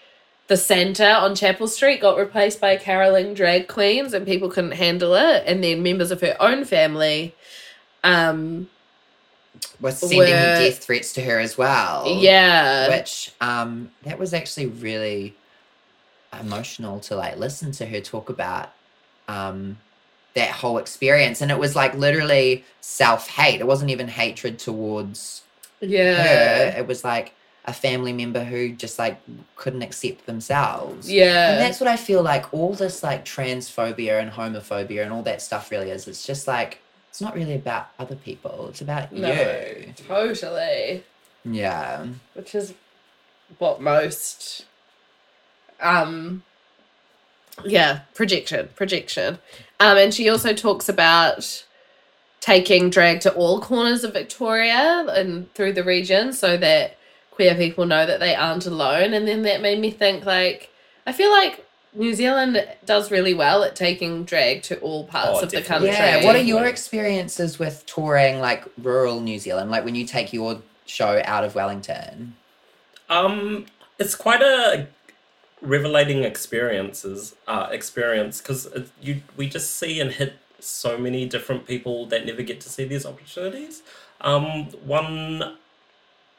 Speaker 2: the centre on Chapel Street got replaced by caroling drag queens and people couldn't handle it. And then members of her own family. Um,
Speaker 1: was sending
Speaker 2: were-
Speaker 1: death threats to her as well.
Speaker 2: yeah.
Speaker 1: Which um that was actually really emotional to like listen to her talk about um that whole experience. And it was like literally self-hate. It wasn't even hatred towards her.
Speaker 2: yeah.
Speaker 1: It was like a family member who just like couldn't accept themselves. And
Speaker 2: Yeah.
Speaker 1: that's what I feel like all this like transphobia and homophobia and all that stuff really is. It's just like it's not really about other people. It's about
Speaker 2: No,
Speaker 1: you.
Speaker 2: totally.
Speaker 1: Yeah.
Speaker 2: which is what most um yeah projection projection um and she also talks about taking drag to all corners of victoria and through the region so that queer people know that they aren't alone and then that made me think like i feel like new zealand does really well at taking drag to all parts
Speaker 4: Oh,
Speaker 2: of the
Speaker 4: definitely.
Speaker 2: country
Speaker 1: Yeah. What are your
Speaker 4: Definitely.
Speaker 1: experiences with touring like rural New Zealand? Like when you take your show out of Wellington?
Speaker 4: Um, it's quite a revelating experiences uh, experience because you we just see and hit so many different people that never get to see these opportunities. Um, one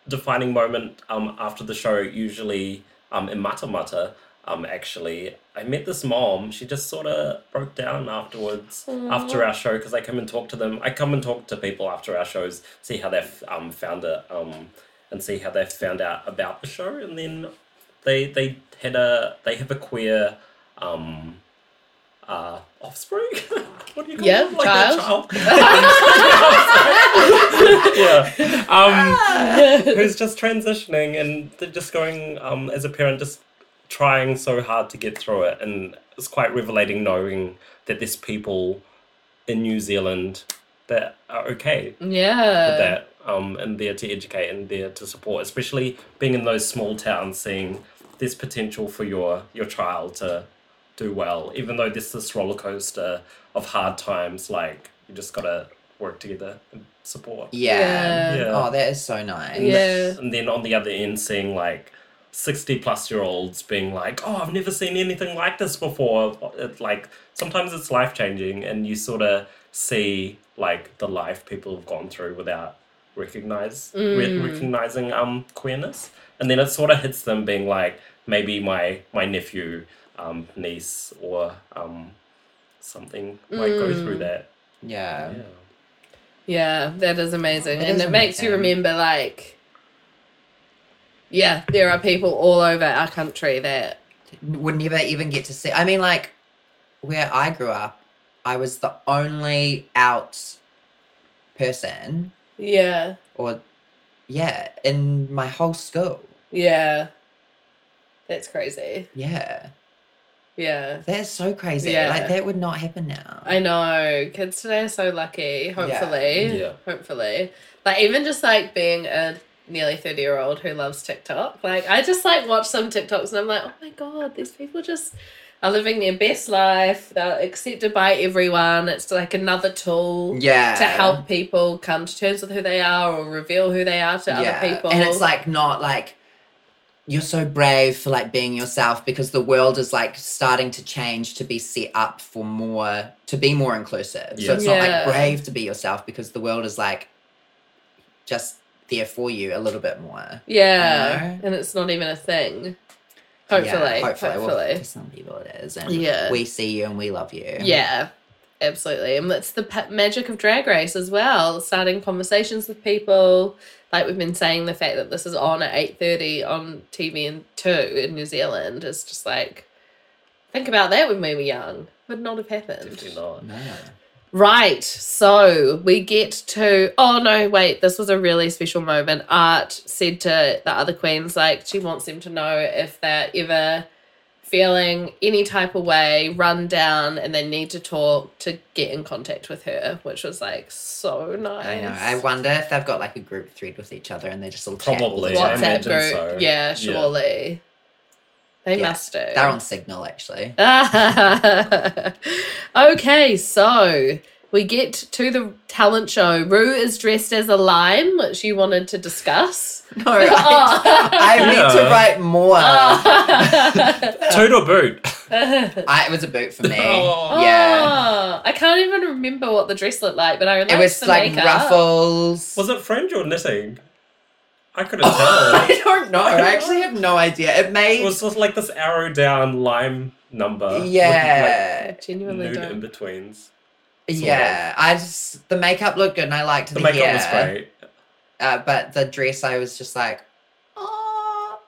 Speaker 4: defining moment um, after the show usually um, in Mata Mata. Um, actually, I met this mom. She just sort of broke down afterwards after our show because I come and talk to them. I come and talk to people after our shows, see how they've um, found it, um, and see how they found out about the show, and then they they had a they have a queer um, uh, offspring. what do you call
Speaker 2: Yeah,
Speaker 4: them? their
Speaker 2: child.
Speaker 4: child. yeah. Um, who's just transitioning and they're just going um, as a parent just trying so hard to get through it and it's quite revelating knowing that there's people in new zealand that are okay
Speaker 2: yeah
Speaker 4: with that um, and there to educate and there to support especially being in those small towns seeing there's potential for your your child to do well even though there's this roller coaster of hard times like you just gotta work together and support
Speaker 1: Yeah.
Speaker 2: yeah
Speaker 4: Yeah.
Speaker 1: Oh, that is so nice.
Speaker 4: and
Speaker 2: Yeah.
Speaker 4: th- And then on the other end, seeing like 60 plus year olds being like, oh, I've never seen anything like this before. It, like, sometimes it's life changing, and you sort of see like the life people have gone through without recognize re- recognizing um queerness and then it sort of hits them being like maybe my my nephew um niece or um something might go through that
Speaker 1: Yeah.
Speaker 4: yeah
Speaker 2: Yeah, that is amazing.
Speaker 1: That
Speaker 2: and
Speaker 1: is
Speaker 2: it makes you
Speaker 1: amazing.
Speaker 2: remember like yeah, there are people all over our country that
Speaker 1: would never even get to see. I mean, like where I grew up, I was the only out person,
Speaker 2: yeah,
Speaker 1: or yeah, in my whole school.
Speaker 2: yeah. That's crazy.
Speaker 1: Yeah,
Speaker 2: Yeah.
Speaker 1: that's so crazy.
Speaker 2: Yeah.
Speaker 1: Like that would not happen now.
Speaker 2: I know. Kids today are so lucky, hopefully.
Speaker 4: Yeah.
Speaker 2: Hopefully. Like even just like being a nearly 30 year old who loves TikTok. Like I just like watch some TikToks and I'm like, oh my god, these people just are living their best life. They're accepted by everyone. It's like another tool
Speaker 1: yeah,
Speaker 2: to help people come to terms with who they are or reveal who they are to other people.
Speaker 1: And it's like not like you're so brave for like being yourself because the world is like starting to change to be set up for more to be more inclusive. So
Speaker 4: Yeah.
Speaker 1: it's not
Speaker 2: Yeah.
Speaker 1: like brave to be yourself because the world is like just there for you a little bit more.
Speaker 2: yeah,
Speaker 1: know.
Speaker 2: and it's not even a thing.
Speaker 1: Yeah,
Speaker 2: Hopefully, hopefully,
Speaker 1: hopefully. Well, for some people it is. And
Speaker 2: Yeah.
Speaker 1: we see you and we love you.
Speaker 2: Yeah, absolutely. And that's the pa- magic of Drag Race as well. Starting conversations with people, like we've been saying, the fact that this is on at eight thirty on TV and two in New Zealand is just like, think about that when we were young. Would not have happened.
Speaker 4: Definitely not.
Speaker 1: No.
Speaker 2: Right, so we get to. Oh no, wait, this was a really special moment. Art said to the other queens, like, she wants them to know if they're ever feeling any type of way, run down, and they need to talk to get in contact with her, which was like so nice.
Speaker 1: I know. I wonder if they've got like a group thread with each other and they just all chat all the
Speaker 4: Probably, I
Speaker 1: time.
Speaker 2: WhatsApp
Speaker 4: imagine
Speaker 2: group.
Speaker 4: so.
Speaker 2: Yeah,
Speaker 4: Yeah.
Speaker 2: surely. They
Speaker 1: Yeah,
Speaker 2: must do.
Speaker 1: They're on signal actually.
Speaker 2: okay, so we get to the talent show. Rue is dressed as a lime, which you wanted to discuss.
Speaker 1: No,
Speaker 2: Oh.
Speaker 1: I, I need to
Speaker 4: Yeah.
Speaker 1: write more. Uh.
Speaker 4: Toad or boot?
Speaker 1: I, it was a boot for me.
Speaker 4: Oh.
Speaker 1: Yeah.
Speaker 2: Oh, I can't even remember what the dress looked like, but I remember
Speaker 1: It was
Speaker 2: the
Speaker 1: like
Speaker 2: makeup.
Speaker 1: ruffles.
Speaker 4: Was it fringe or knitting? I couldn't tell.
Speaker 1: I don't know. I actually have no idea. It
Speaker 4: It
Speaker 1: made.
Speaker 4: was just like this arrow down lime number. with, like,
Speaker 1: yeah.
Speaker 2: I genuinely
Speaker 4: nude in
Speaker 2: don't.
Speaker 4: betweens. sort
Speaker 1: yeah. I just. The makeup looked good and I liked
Speaker 4: The makeup
Speaker 1: hair,
Speaker 4: was great.
Speaker 1: Uh, but the dress, I was just like, oh,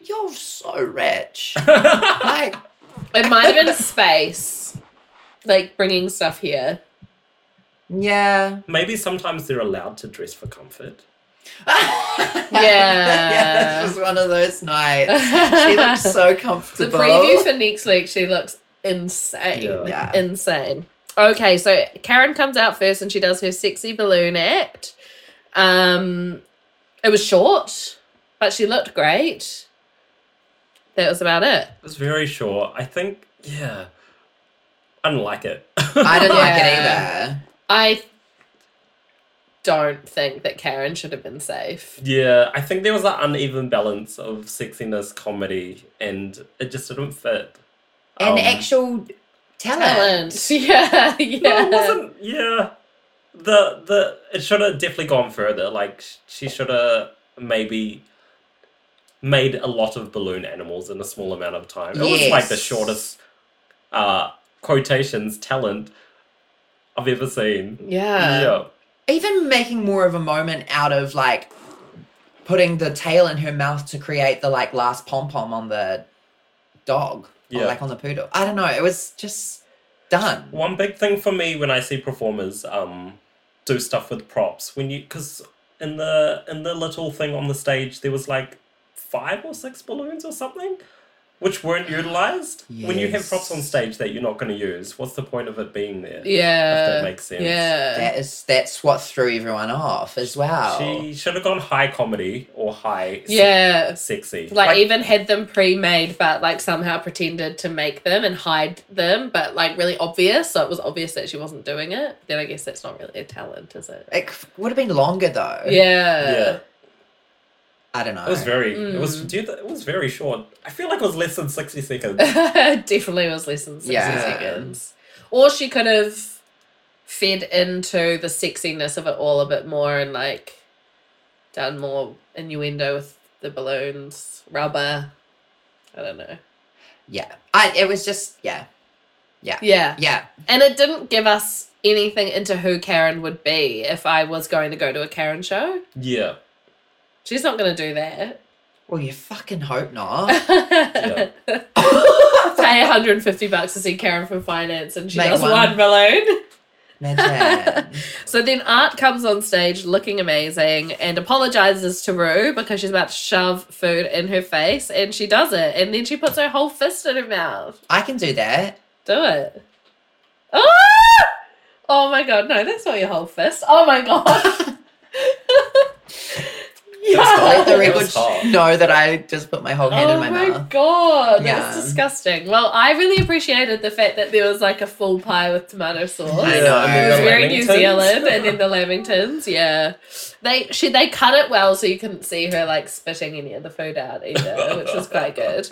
Speaker 1: you're so rich. like,
Speaker 2: It might have been space, like bringing stuff here.
Speaker 1: yeah.
Speaker 4: Maybe sometimes they're allowed to dress for comfort.
Speaker 2: Yeah.
Speaker 1: yeah. This was one of those nights. She looked so
Speaker 2: The
Speaker 1: comfortable.
Speaker 2: preview for next week, she looks insane.
Speaker 4: Yeah.
Speaker 1: Yeah.
Speaker 2: Insane. Okay, so Karen comes out first and she does her sexy balloon act. Um it was short, but she looked great. That was about it.
Speaker 4: It was very short. I think, yeah. I didn't like it.
Speaker 1: I didn't like it
Speaker 2: Yeah.
Speaker 1: either.
Speaker 2: I don't think that Karen should have been safe.
Speaker 4: yeah, I think there was an uneven balance of sexiness, comedy, and it just didn't fit.
Speaker 1: An
Speaker 4: Um,
Speaker 1: actual talent.
Speaker 2: Talent. Yeah, yeah.
Speaker 4: No, it wasn't. Yeah, the the it should have definitely gone further. Like sh- she should have maybe made a lot of balloon animals in a small amount of time. It was like the
Speaker 1: Yes.
Speaker 4: shortest uh, quotations talent I've ever seen.
Speaker 2: yeah.
Speaker 4: yeah,
Speaker 1: Even making more of a moment out of like putting the tail in her mouth to create the like last pom pom on the dog
Speaker 4: Yeah.
Speaker 1: or like on the poodle. I don't know. It was just done.
Speaker 4: One big thing for me when I see performers um, do stuff with props when you because in the in the little thing on the stage there was like five or six balloons or something which weren't utilized. When you have props on
Speaker 1: Yes.
Speaker 4: stage that you're not going to use, what's the point of it being there?
Speaker 2: Yeah.
Speaker 4: If that makes sense.
Speaker 2: Yeah.
Speaker 1: That is that's what threw everyone off as well.
Speaker 4: She should have gone high comedy or high se-
Speaker 2: Yeah.
Speaker 4: sexy.
Speaker 2: like, even had them pre-made but like somehow pretended to make them and hide them but like really obvious so it was obvious that she wasn't doing it then i guess that's not really a talent is it
Speaker 1: it would have been longer though.
Speaker 2: yeah
Speaker 4: yeah.
Speaker 1: I don't know.
Speaker 4: It was very. It was.
Speaker 2: Mm.
Speaker 4: do you th- It was very short. I feel like it was less than sixty seconds.
Speaker 2: definitely was less than 60
Speaker 1: Yeah.
Speaker 2: seconds or she could have fed into the sexiness of it all a bit more and like done more innuendo with the balloons rubber i don't know
Speaker 1: yeah. I it was just yeah.
Speaker 2: yeah
Speaker 1: Yeah.
Speaker 2: And it didn't give us anything into who Karen would be if I was going to go to a Karen show.
Speaker 4: yeah.
Speaker 2: She's not going to do that.
Speaker 1: Well, you fucking hope not.
Speaker 2: Pay 150 bucks to see Karen from finance and she
Speaker 1: Make
Speaker 2: does
Speaker 1: one.
Speaker 2: one balloon.
Speaker 1: Imagine.
Speaker 2: So then Art comes on stage looking amazing and apologizes to Rue because she's about to shove food in her face and she does it. And then she puts her whole fist in her mouth.
Speaker 1: I can do that.
Speaker 2: Do it. Ah! Oh my god, no, that's not your whole fist. Oh my god.
Speaker 4: That's
Speaker 1: Let
Speaker 4: Oh,
Speaker 1: the
Speaker 4: it
Speaker 1: record
Speaker 4: was hot.
Speaker 1: know that I just put my whole hand in my, mouth.
Speaker 2: Oh god, that's
Speaker 1: Yeah.
Speaker 2: disgusting. Well, I really appreciated the fact that there was like a full pie with tomato sauce.
Speaker 1: I
Speaker 2: It
Speaker 1: know.
Speaker 4: and then
Speaker 1: It
Speaker 2: was
Speaker 4: the
Speaker 2: very New
Speaker 4: Lamingtons.
Speaker 2: Zealand, and then the Lamingtons. Yeah, they she they cut it well so you couldn't see her like spitting any of the food out either, which was quite good.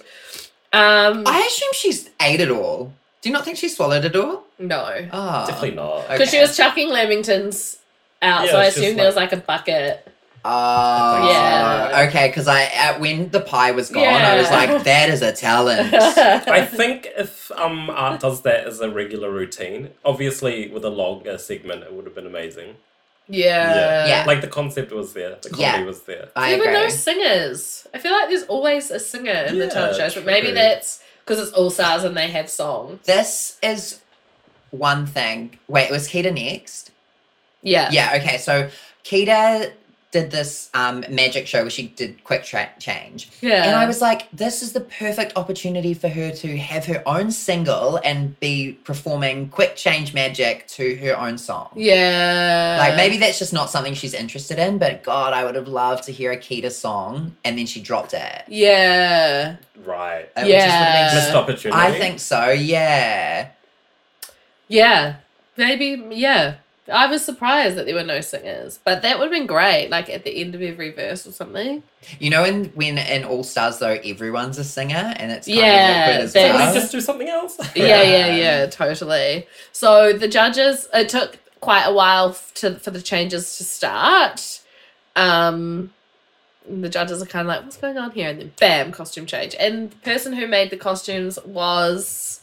Speaker 2: Um,
Speaker 1: I assume she's ate it all. Do you not think she swallowed it all?
Speaker 2: no,
Speaker 1: Oh.
Speaker 4: Definitely not.
Speaker 1: Okay.
Speaker 2: because she was chucking Lamingtons out,
Speaker 4: Yeah,
Speaker 2: so I
Speaker 4: it's just
Speaker 2: assumed there was
Speaker 4: like-
Speaker 2: like a bucket.
Speaker 1: Oh.
Speaker 2: Yeah.
Speaker 1: Okay, because I at, when the pie was gone, I was
Speaker 2: Yeah.
Speaker 1: like, that is a talent.
Speaker 4: I think if um art does that as a regular routine, obviously with a longer segment, it would have been amazing.
Speaker 2: yeah,
Speaker 1: Yeah.
Speaker 4: Like the concept was there, the comedy
Speaker 1: Yeah.
Speaker 4: was there.
Speaker 1: I
Speaker 2: Even
Speaker 1: agree.
Speaker 2: those singers. I feel like there's always a singer in the
Speaker 4: Yeah,
Speaker 2: talent shows, but maybe
Speaker 4: true.
Speaker 2: that's because it's all stars and they have songs.
Speaker 1: This is one thing. Wait, was Keita next?
Speaker 2: Yeah.
Speaker 1: Yeah, okay. So Keita did this um, magic show where she did quick tra- change.
Speaker 2: Yeah.
Speaker 1: And I was like, this is the perfect opportunity for her to have her own single and be performing quick change magic to her own song.
Speaker 2: Yeah.
Speaker 1: Like maybe that's just not something she's interested in, but God, I would have loved to hear a Keita song and then she dropped it.
Speaker 2: Yeah.
Speaker 4: Right.
Speaker 1: It would just would've been
Speaker 2: Yeah.
Speaker 1: just-
Speaker 4: Missed opportunity.
Speaker 1: I think so, yeah.
Speaker 2: Yeah. Maybe yeah. I was surprised that there were no singers. But that would have been great, like at the end of every verse or something.
Speaker 1: You know in, when in All Stars though everyone's a singer and it's kind
Speaker 2: Yeah,
Speaker 1: of awkward as
Speaker 2: that's-
Speaker 4: Can
Speaker 1: well.
Speaker 4: we just do something else?
Speaker 2: Yeah,
Speaker 1: Yeah.
Speaker 2: yeah, yeah, totally. So the judges, it took quite a while f- to for the changes to start. Um, and the judges are kind of like, "What's going on here?" And then, bam, costume change. And the person who made the costumes was,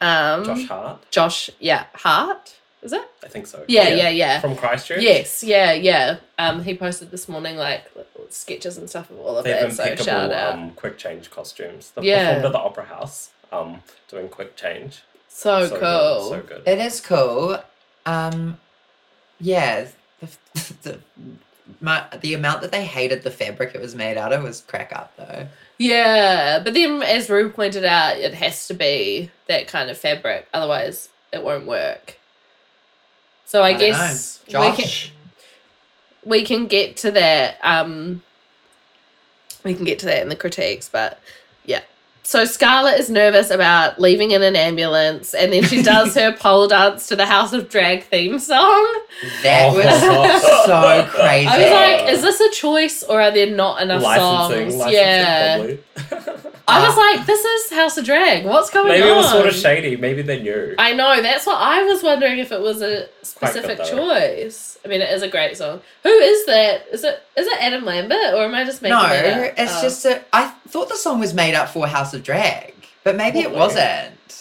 Speaker 2: um,
Speaker 4: Josh Hart,
Speaker 2: Josh, yeah, Hart, is it?
Speaker 4: I think so.
Speaker 2: Yeah, yeah, yeah.
Speaker 4: From Christchurch.
Speaker 2: Yes, yeah, yeah. Um, he posted this morning like little sketches and stuff of all of
Speaker 4: They
Speaker 2: that.
Speaker 4: have
Speaker 2: So
Speaker 4: impeccable
Speaker 2: shout out.
Speaker 4: um, quick change costumes. They
Speaker 2: Yeah.
Speaker 4: performed at the Opera House, um, doing quick change.
Speaker 2: so,
Speaker 4: so
Speaker 2: Oh, cool.
Speaker 4: Good, so good.
Speaker 1: It is cool. Um, yeah, the, the, my, the amount that they hated the fabric it was made out of was crack up though.
Speaker 2: Yeah, but then as Rue pointed out, it has to be that kind of fabric, otherwise it won't work. So I,
Speaker 1: don't
Speaker 2: guess
Speaker 1: know.
Speaker 2: we can
Speaker 1: Josh.
Speaker 2: we can get to that. Um, we can get to that in the critiques, but yeah. So Scarlett is nervous about leaving in an ambulance, and then she does her pole dance to the House of Drag theme song.
Speaker 1: That
Speaker 4: Oh,
Speaker 1: was
Speaker 4: God.
Speaker 1: so crazy.
Speaker 2: I was
Speaker 4: Yeah.
Speaker 2: like, "Is this a choice, or are there not enough
Speaker 4: licensing,
Speaker 2: songs?"
Speaker 4: licensing
Speaker 2: yeah,
Speaker 4: probably.
Speaker 2: I was
Speaker 1: Ah.
Speaker 2: like, "This is House of Drag. What's going
Speaker 4: Maybe
Speaker 2: on?"
Speaker 4: it was sort of shady. Maybe they knew.
Speaker 2: Oh I know. That's what I was wondering if it was a
Speaker 4: quite good
Speaker 2: specific
Speaker 4: though.
Speaker 2: choice. I mean, it is a great song. Who is that? Is it is it Adam Lambert or am I just making
Speaker 1: no,
Speaker 2: that up?
Speaker 1: it's
Speaker 2: Oh.
Speaker 1: just a, I thought the song was made up for House of Drag, but maybe it
Speaker 4: Probably.
Speaker 1: wasn't.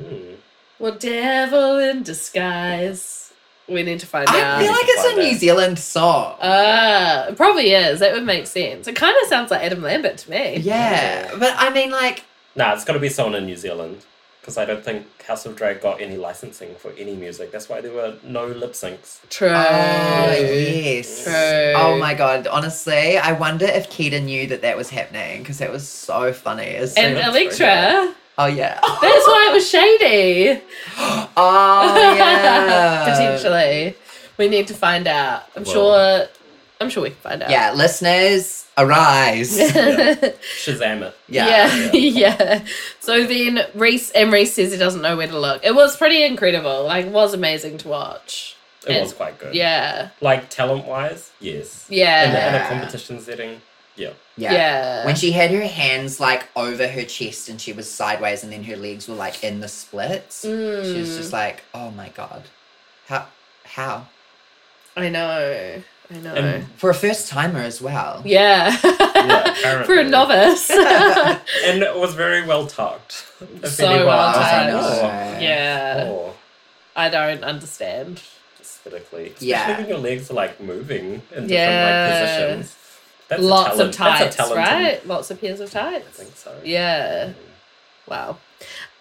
Speaker 4: Mm.
Speaker 2: well, devil in disguise. We need to find
Speaker 1: I
Speaker 2: out.
Speaker 1: feel
Speaker 4: we
Speaker 1: like
Speaker 4: should
Speaker 1: it's a
Speaker 4: find
Speaker 1: New
Speaker 4: out.
Speaker 1: Zealand song.
Speaker 2: Ah, it probably is. That would make sense. It kind of sounds like Adam Lambert to me.
Speaker 1: yeah, but I mean, like,
Speaker 4: Nah, it's got to be someone in New Zealand because I don't think House of Drag got any licensing for any music. That's why there were no lip syncs.
Speaker 2: True.
Speaker 1: oh yes,
Speaker 2: True.
Speaker 1: Oh my god, honestly, I wonder if Keita knew that that was happening because that was so funny. As soon
Speaker 2: And
Speaker 1: as-
Speaker 2: Electra.
Speaker 1: oh yeah.
Speaker 2: That's why it was shady.
Speaker 1: Oh yeah.
Speaker 2: Potentially. We need to find out. I'm
Speaker 4: Well.
Speaker 2: sure I'm sure we can find out.
Speaker 1: Yeah, listeners, arise.
Speaker 4: Yeah. Shazam it.
Speaker 1: Yeah.
Speaker 2: Yeah. yeah. So then Reese and Reese says he doesn't know where to look. It was pretty incredible. Like it was amazing to watch.
Speaker 4: It
Speaker 2: And-
Speaker 4: was quite good.
Speaker 2: Yeah.
Speaker 4: Like talent wise, yes. In, a-
Speaker 2: Yeah.
Speaker 4: in
Speaker 1: Yeah.
Speaker 4: a competition setting, yeah.
Speaker 1: Yeah.
Speaker 2: Yeah.
Speaker 1: When she had her hands like over her chest and she was sideways and then her legs were like in the splits, she was
Speaker 2: Mm.
Speaker 1: just like, oh my god. How? How?
Speaker 2: I know. I know.
Speaker 4: And-
Speaker 1: For a first timer as well.
Speaker 2: yeah. For
Speaker 4: apparently.
Speaker 2: a novice.
Speaker 4: And it was very well tucked. If
Speaker 2: So
Speaker 4: anyone
Speaker 2: well
Speaker 4: else
Speaker 1: I
Speaker 4: had
Speaker 2: tucked.
Speaker 4: more-
Speaker 1: know.
Speaker 2: yeah.
Speaker 4: more
Speaker 2: I don't understand.
Speaker 4: Oh, aesthetically. Especially
Speaker 1: Yeah.
Speaker 4: when your legs are like moving in different
Speaker 2: Yeah.
Speaker 4: like positions. That's a
Speaker 2: Lots of
Speaker 4: talent- that's a
Speaker 2: tights,
Speaker 4: talented-
Speaker 2: right? Lots of pairs of
Speaker 4: I
Speaker 2: tights.
Speaker 4: think so.
Speaker 2: Yeah. Wow.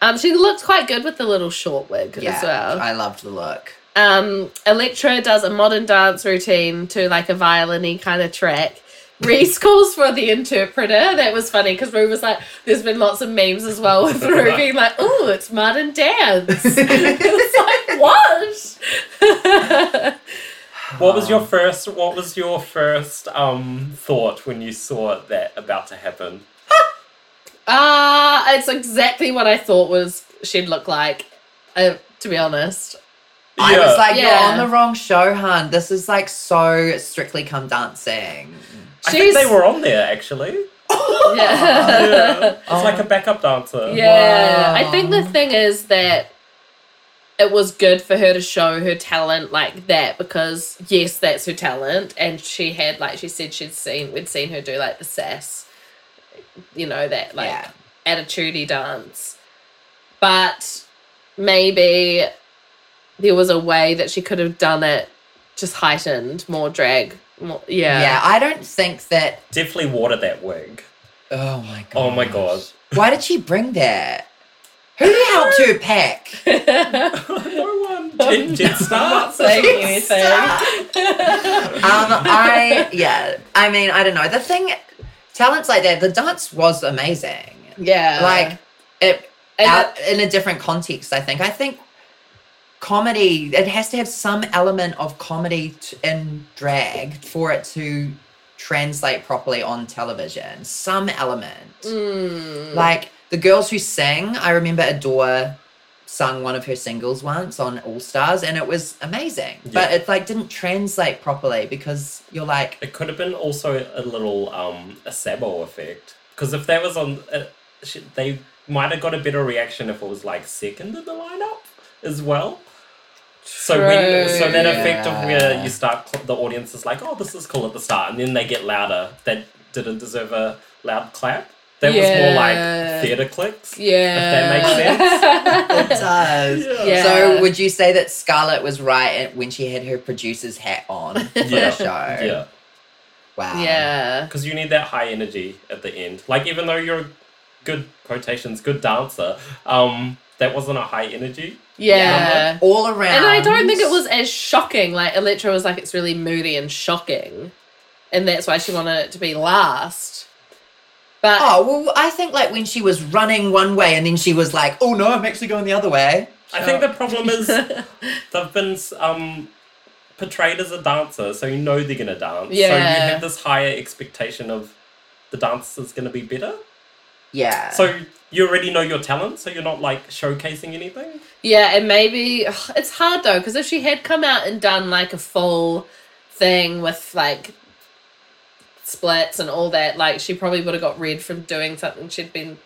Speaker 2: Um, she looked quite good with the little short wig
Speaker 1: Yeah,
Speaker 2: as well.
Speaker 1: I loved the look.
Speaker 2: Um, Electra does a modern dance routine to like a violin kind of track. Reese calls for the interpreter. That was funny because Rue was like, there's been lots of memes as well with Rue being like, oh, it's modern dance. it's like, what?
Speaker 4: What was your
Speaker 1: Um,
Speaker 4: first? What was your first um thought when you saw that about to happen?
Speaker 2: Ah, it's exactly what I thought was she'd look like, uh, to be honest.
Speaker 1: I was like,
Speaker 2: Yeah.
Speaker 1: you're on the wrong show, hun. This is like so strictly come dancing.
Speaker 4: I think they were on there actually. Yeah,
Speaker 2: Yeah.
Speaker 4: it's like a backup dancer.
Speaker 2: Yeah,
Speaker 1: Wow.
Speaker 2: I think the thing is that it was good for her to show her talent like that because yes, that's her talent, and she had like she said she'd seen we'd seen her do like the sass, you know that like
Speaker 1: Yeah.
Speaker 2: attitudey dance, but maybe there was a way that she could have done it just heightened, more drag, more
Speaker 1: Yeah.
Speaker 2: yeah,
Speaker 1: I don't think that.
Speaker 4: definitely water that wig.
Speaker 1: Oh my god.
Speaker 4: Oh my god,
Speaker 1: Why did she bring that? Who helped her pack?
Speaker 4: no one. Jen, Jen starts.
Speaker 2: saying anything.
Speaker 1: um, I yeah. I mean, I don't know. The thing, talents like that. The dance was amazing.
Speaker 2: Yeah,
Speaker 1: like it
Speaker 2: And
Speaker 1: out, in a different context. I think. I think comedy. It has to have some element of comedy t- in drag for it to translate properly on television. Some element.
Speaker 2: Mm.
Speaker 1: Like the girls who sing, I remember Adore sung one of her singles once on All Stars and it was amazing. But
Speaker 4: Yeah.
Speaker 1: it like didn't translate properly because you're like
Speaker 4: It could have been also a little um a Sabo effect because if that was on, uh, sh they might have got a better reaction if it was like second in the lineup as well. So when so that effect of where
Speaker 1: True.
Speaker 4: you start cl- the audience is like oh this is cool at the start and then they get louder that didn't deserve a loud clap. That was more
Speaker 2: Yeah.
Speaker 4: like theater clicks.
Speaker 2: Yeah.
Speaker 4: If that
Speaker 1: it does.
Speaker 2: Yeah.
Speaker 1: So would you say that Scarlett was right at- when she had her producer's hat on for
Speaker 4: Yeah.
Speaker 1: the show?
Speaker 4: yeah,
Speaker 1: Wow.
Speaker 2: yeah.
Speaker 4: because you need that high energy at the end. Like even though you're a good quotations good dancer, um, that wasn't a high energy.
Speaker 2: Yeah.
Speaker 1: All around.
Speaker 2: And I don't think it was as shocking. Like Electra was like, it's really moody and shocking. And that's why she wanted it to be last. But
Speaker 1: Oh well, I think like when she was running one way and then she was like, "Oh no, I'm actually going the other way."
Speaker 4: I think the problem is
Speaker 2: Oh.
Speaker 4: they've been um, portrayed as a dancer, so you know they're gonna dance. So you
Speaker 2: Yeah.
Speaker 4: have this higher expectation of the dance is gonna be better.
Speaker 1: Yeah.
Speaker 4: So you already know your talent, so you're not like showcasing anything.
Speaker 2: yeah, and maybe ugh, it's hard though, because if she had come out and done like a full thing with like splits and all that, like she probably would have got red from doing something she'd been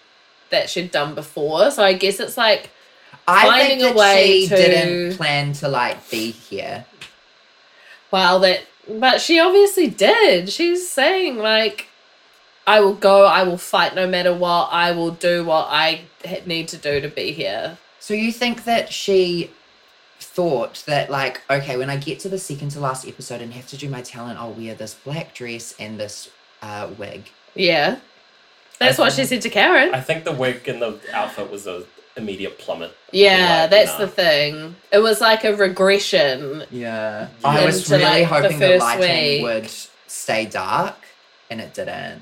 Speaker 2: that she'd done before. So I guess it's like
Speaker 1: I
Speaker 2: finding
Speaker 1: think
Speaker 2: a
Speaker 1: that
Speaker 2: way
Speaker 1: she
Speaker 2: to-
Speaker 1: didn't plan to like be here.
Speaker 2: Wow, that but she obviously did. She's saying like I will go, I will fight no matter what, I will do what I ha- need to do to be here.
Speaker 1: So you think that she thought that like, okay, when I get to the second to last episode and have to do my talent, I'll wear this black dress and this uh, wig.
Speaker 2: Yeah. That's what she said to Karen.
Speaker 4: I think the wig and the outfit was a immediate plummet.
Speaker 2: yeah,
Speaker 4: like,
Speaker 2: that's
Speaker 4: nah.
Speaker 2: the thing. It was like a regression.
Speaker 1: Yeah.
Speaker 4: Yeah.
Speaker 1: I was
Speaker 2: Into,
Speaker 1: really
Speaker 2: like, the
Speaker 1: hoping the,
Speaker 2: first
Speaker 1: lighting
Speaker 2: wig.
Speaker 1: would stay dark and it didn't.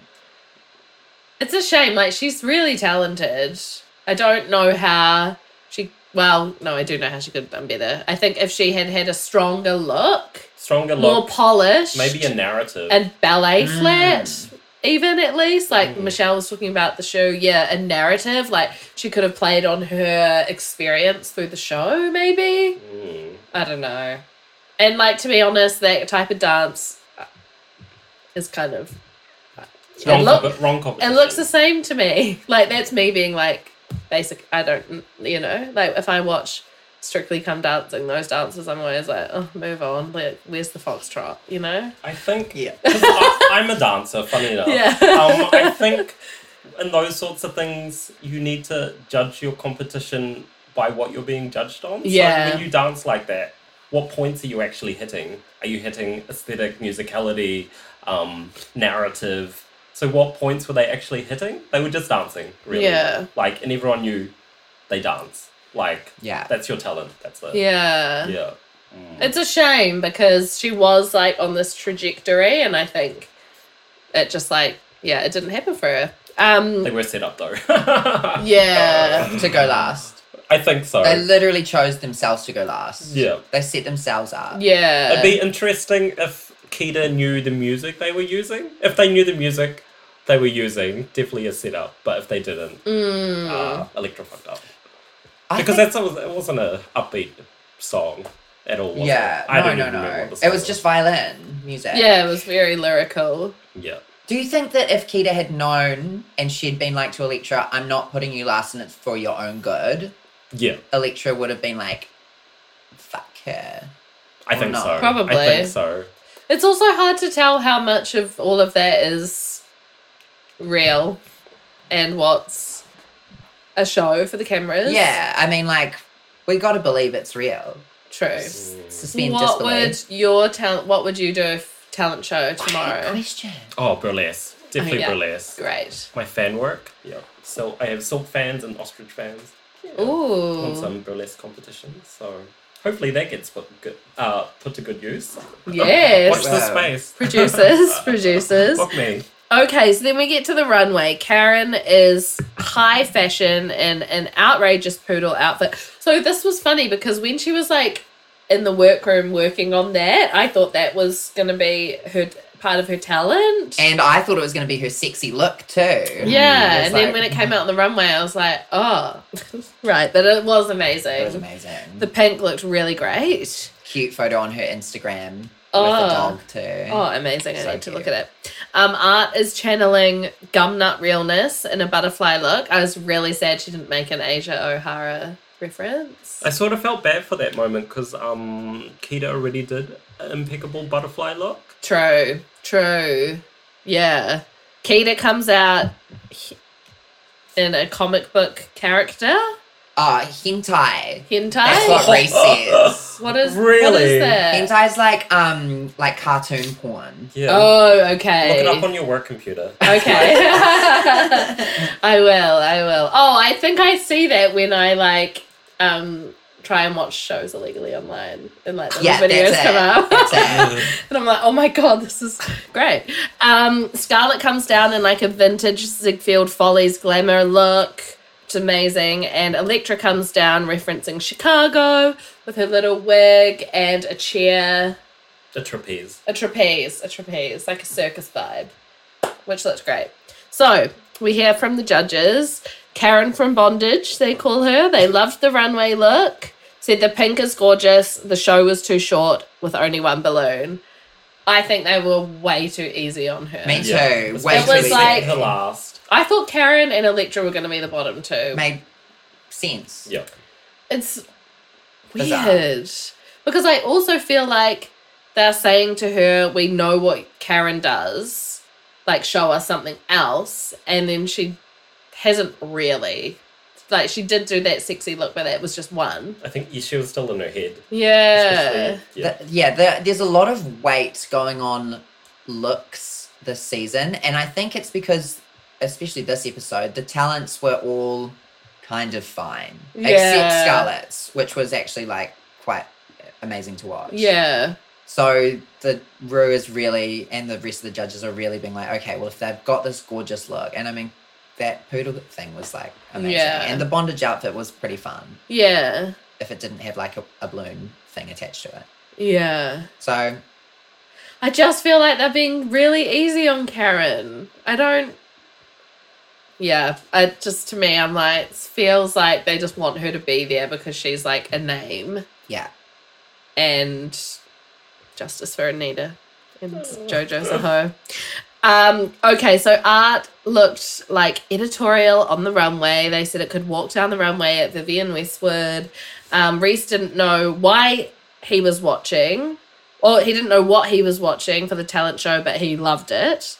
Speaker 2: It's a shame like she's really talented. I don't know how she well, no, I do know how she could have done better. I think if she had had a stronger look,
Speaker 4: Stronger
Speaker 2: more
Speaker 4: look,
Speaker 2: polished,
Speaker 4: maybe a narrative.
Speaker 2: and ballet
Speaker 1: Mm.
Speaker 2: flat even at least like
Speaker 4: Mm.
Speaker 2: michelle was talking about the show yeah a narrative like she could have played on her experience through the show maybe
Speaker 4: Mm.
Speaker 2: i don't know and like to be honest that type of dance uh, is kind of
Speaker 4: Wrong,
Speaker 2: it, look-
Speaker 4: compe- wrong
Speaker 2: it
Speaker 4: competition.
Speaker 2: looks the same to me like that's me being like basic i don't you know like if i watch strictly come dancing those dances i'm always like oh move on like where's the foxtrot you know
Speaker 4: I think
Speaker 1: Yeah.
Speaker 4: 'Cause I, I'm a dancer, funny enough.
Speaker 2: Yeah.
Speaker 4: um, I think in those sorts of things, you need to judge your competition by what you're being judged on. So
Speaker 2: Yeah.
Speaker 4: when you dance like that, what points are you actually hitting? Are you hitting aesthetic, musicality, um, narrative? So what points were they actually hitting? They were just dancing, really.
Speaker 2: Yeah.
Speaker 4: Like, and everyone knew they dance. Like,
Speaker 1: Yeah.
Speaker 4: that's your talent. That's it.
Speaker 2: Yeah.
Speaker 4: Yeah.
Speaker 2: It's a shame because she was like on this trajectory and I think it just like yeah, it didn't happen for her. Um
Speaker 4: They were set up though.
Speaker 2: yeah.
Speaker 1: to go last.
Speaker 4: I think so.
Speaker 1: They literally chose themselves to go last.
Speaker 4: Yeah.
Speaker 1: They set themselves up.
Speaker 2: Yeah.
Speaker 4: It'd be
Speaker 1: Um,
Speaker 4: interesting if Keita knew the music they were using. If they knew the music they were using, definitely a setup. But if they didn't,
Speaker 2: Mm.
Speaker 4: uh, Electro fucked up.
Speaker 1: Hmm. I
Speaker 4: Because
Speaker 1: think-
Speaker 4: that's it wasn't a upbeat song at all. Was
Speaker 1: yeah,
Speaker 4: it? I
Speaker 1: no,
Speaker 4: don't
Speaker 1: no,
Speaker 4: even remember
Speaker 1: no.
Speaker 4: what the
Speaker 1: It
Speaker 4: song
Speaker 1: was just violin music.
Speaker 2: yeah, it was very lyrical.
Speaker 4: yeah.
Speaker 1: Do you think that if Keita had known and she'd been like to Electra, I'm not putting you last and it's for your own good,
Speaker 4: Yeah,
Speaker 1: Electra would have been like, fuck her.
Speaker 4: I
Speaker 1: Or
Speaker 4: think
Speaker 1: not.
Speaker 4: so.
Speaker 2: Probably.
Speaker 4: I think so.
Speaker 2: It's also hard to tell how much of all of that is real and what's a show for the cameras.
Speaker 1: Yeah, I mean, like, we gotta believe it's real.
Speaker 2: True.
Speaker 1: Suspend
Speaker 2: what
Speaker 1: disbelief.
Speaker 2: would your talent what would you do if talent show
Speaker 1: I had a
Speaker 2: tomorrow?
Speaker 1: question.
Speaker 4: Oh, burlesque. Definitely
Speaker 2: yeah.
Speaker 4: burlesque.
Speaker 2: Great.
Speaker 4: My fan work. Yeah. So I have silk fans and ostrich fans. Yeah. On
Speaker 2: Ooh.
Speaker 4: some burlesque competitions. So hopefully that gets put good, uh, put to good use. Watch
Speaker 2: Yes.
Speaker 1: Wow.
Speaker 4: the space. Uh,
Speaker 2: producers, producers.
Speaker 4: Fuck me.
Speaker 2: Okay, so then we get to the runway. Karen is high fashion in an outrageous poodle outfit. So this was funny because when she was like in the workroom working on that, I thought that was going to be her part of her talent.
Speaker 1: And I thought it was gonna be her sexy look too.
Speaker 2: yeah,
Speaker 1: It's
Speaker 2: and then
Speaker 1: like-
Speaker 2: when it came out on the runway, I was like, oh, right, but it was amazing.
Speaker 1: It was amazing.
Speaker 2: The pink looked really great.
Speaker 1: cute photo on her Instagram with
Speaker 2: Oh.
Speaker 1: a dog too.
Speaker 2: Oh, amazing. I
Speaker 1: So
Speaker 2: need to look
Speaker 1: cute.
Speaker 2: at it. Um, Art is channeling gumnut realness in a butterfly look. I was really sad she didn't make an Asia O'Hara reference.
Speaker 4: I sort of felt bad for that moment because um, Keita already did an impeccable butterfly look.
Speaker 2: True, true. Yeah. Keita comes out he- in a comic book character.
Speaker 1: Oh, hentai.
Speaker 2: Hentai?
Speaker 1: That's what Reese says.
Speaker 2: what is What
Speaker 4: Really?
Speaker 2: is that?
Speaker 1: Hentai's like um like cartoon porn.
Speaker 4: Yeah.
Speaker 2: Oh,
Speaker 4: Look
Speaker 2: okay.
Speaker 4: it up on your work computer.
Speaker 2: Okay. I will, I will. Oh, I think I see that when I like um try and watch shows illegally online and like the
Speaker 1: Yeah,
Speaker 2: videos
Speaker 1: that's it.
Speaker 2: come up.
Speaker 1: That's it.
Speaker 2: and I'm like, oh my god, this is great. Um Scarlett comes down in like a vintage Ziegfeld Follies glamour look. It's amazing. And Electra comes down referencing Chicago with her little wig and a chair.
Speaker 4: The trapeze.
Speaker 2: A trapeze, a trapeze, like a circus vibe, which looked great. So we hear from the judges. Karen from Bondage, they call her. They loved the runway look. Said the pink is gorgeous. The show was too short with only one balloon. I think they were way too easy on her.
Speaker 1: Me too.
Speaker 4: Yeah.
Speaker 1: Way
Speaker 2: It
Speaker 1: too
Speaker 2: was
Speaker 1: easy.
Speaker 2: like-
Speaker 4: the last.
Speaker 2: I thought Karen and Electra were going to be the bottom two.
Speaker 1: made sense.
Speaker 4: Yeah.
Speaker 2: It's weird.
Speaker 1: Bizarre.
Speaker 2: Because I also feel like they're saying to her, We know what Karen does, like show us something else. And then she hasn't really. Like she did do that sexy look, but that was just one.
Speaker 4: I think she was still in her head.
Speaker 2: Yeah.
Speaker 4: Especially- Yeah.
Speaker 1: Th- yeah, there, there's a lot of weight going on looks this season, and I think it's because, especially this episode, the talents were all kind of fine, except
Speaker 2: Yeah.
Speaker 1: Scarlett's, which was actually like quite amazing to watch.
Speaker 2: Yeah.
Speaker 1: So the Rue is really, and the rest of the judges are really being like, okay, well, if they've got this gorgeous look, and I mean, that poodle thing was like amazing,
Speaker 2: Yeah.
Speaker 1: and the bondage outfit was pretty fun.
Speaker 2: Yeah.
Speaker 1: If it didn't have like a, a balloon thing attached to it,
Speaker 2: Yeah.
Speaker 1: so
Speaker 2: I just feel like they're being really easy on Karen. I don't. Yeah, I just to me, I'm like, feels like they just want her to be there because she's like a name
Speaker 1: yeah,
Speaker 2: and justice for Anita and
Speaker 1: Oh.
Speaker 2: JoJo Soho. Um, okay, so art looked like editorial on the runway. They said it could walk down the runway at Vivian Westwood. Um, Reese didn't know why he was watching, or he didn't know what he was watching for the talent show, but he loved it.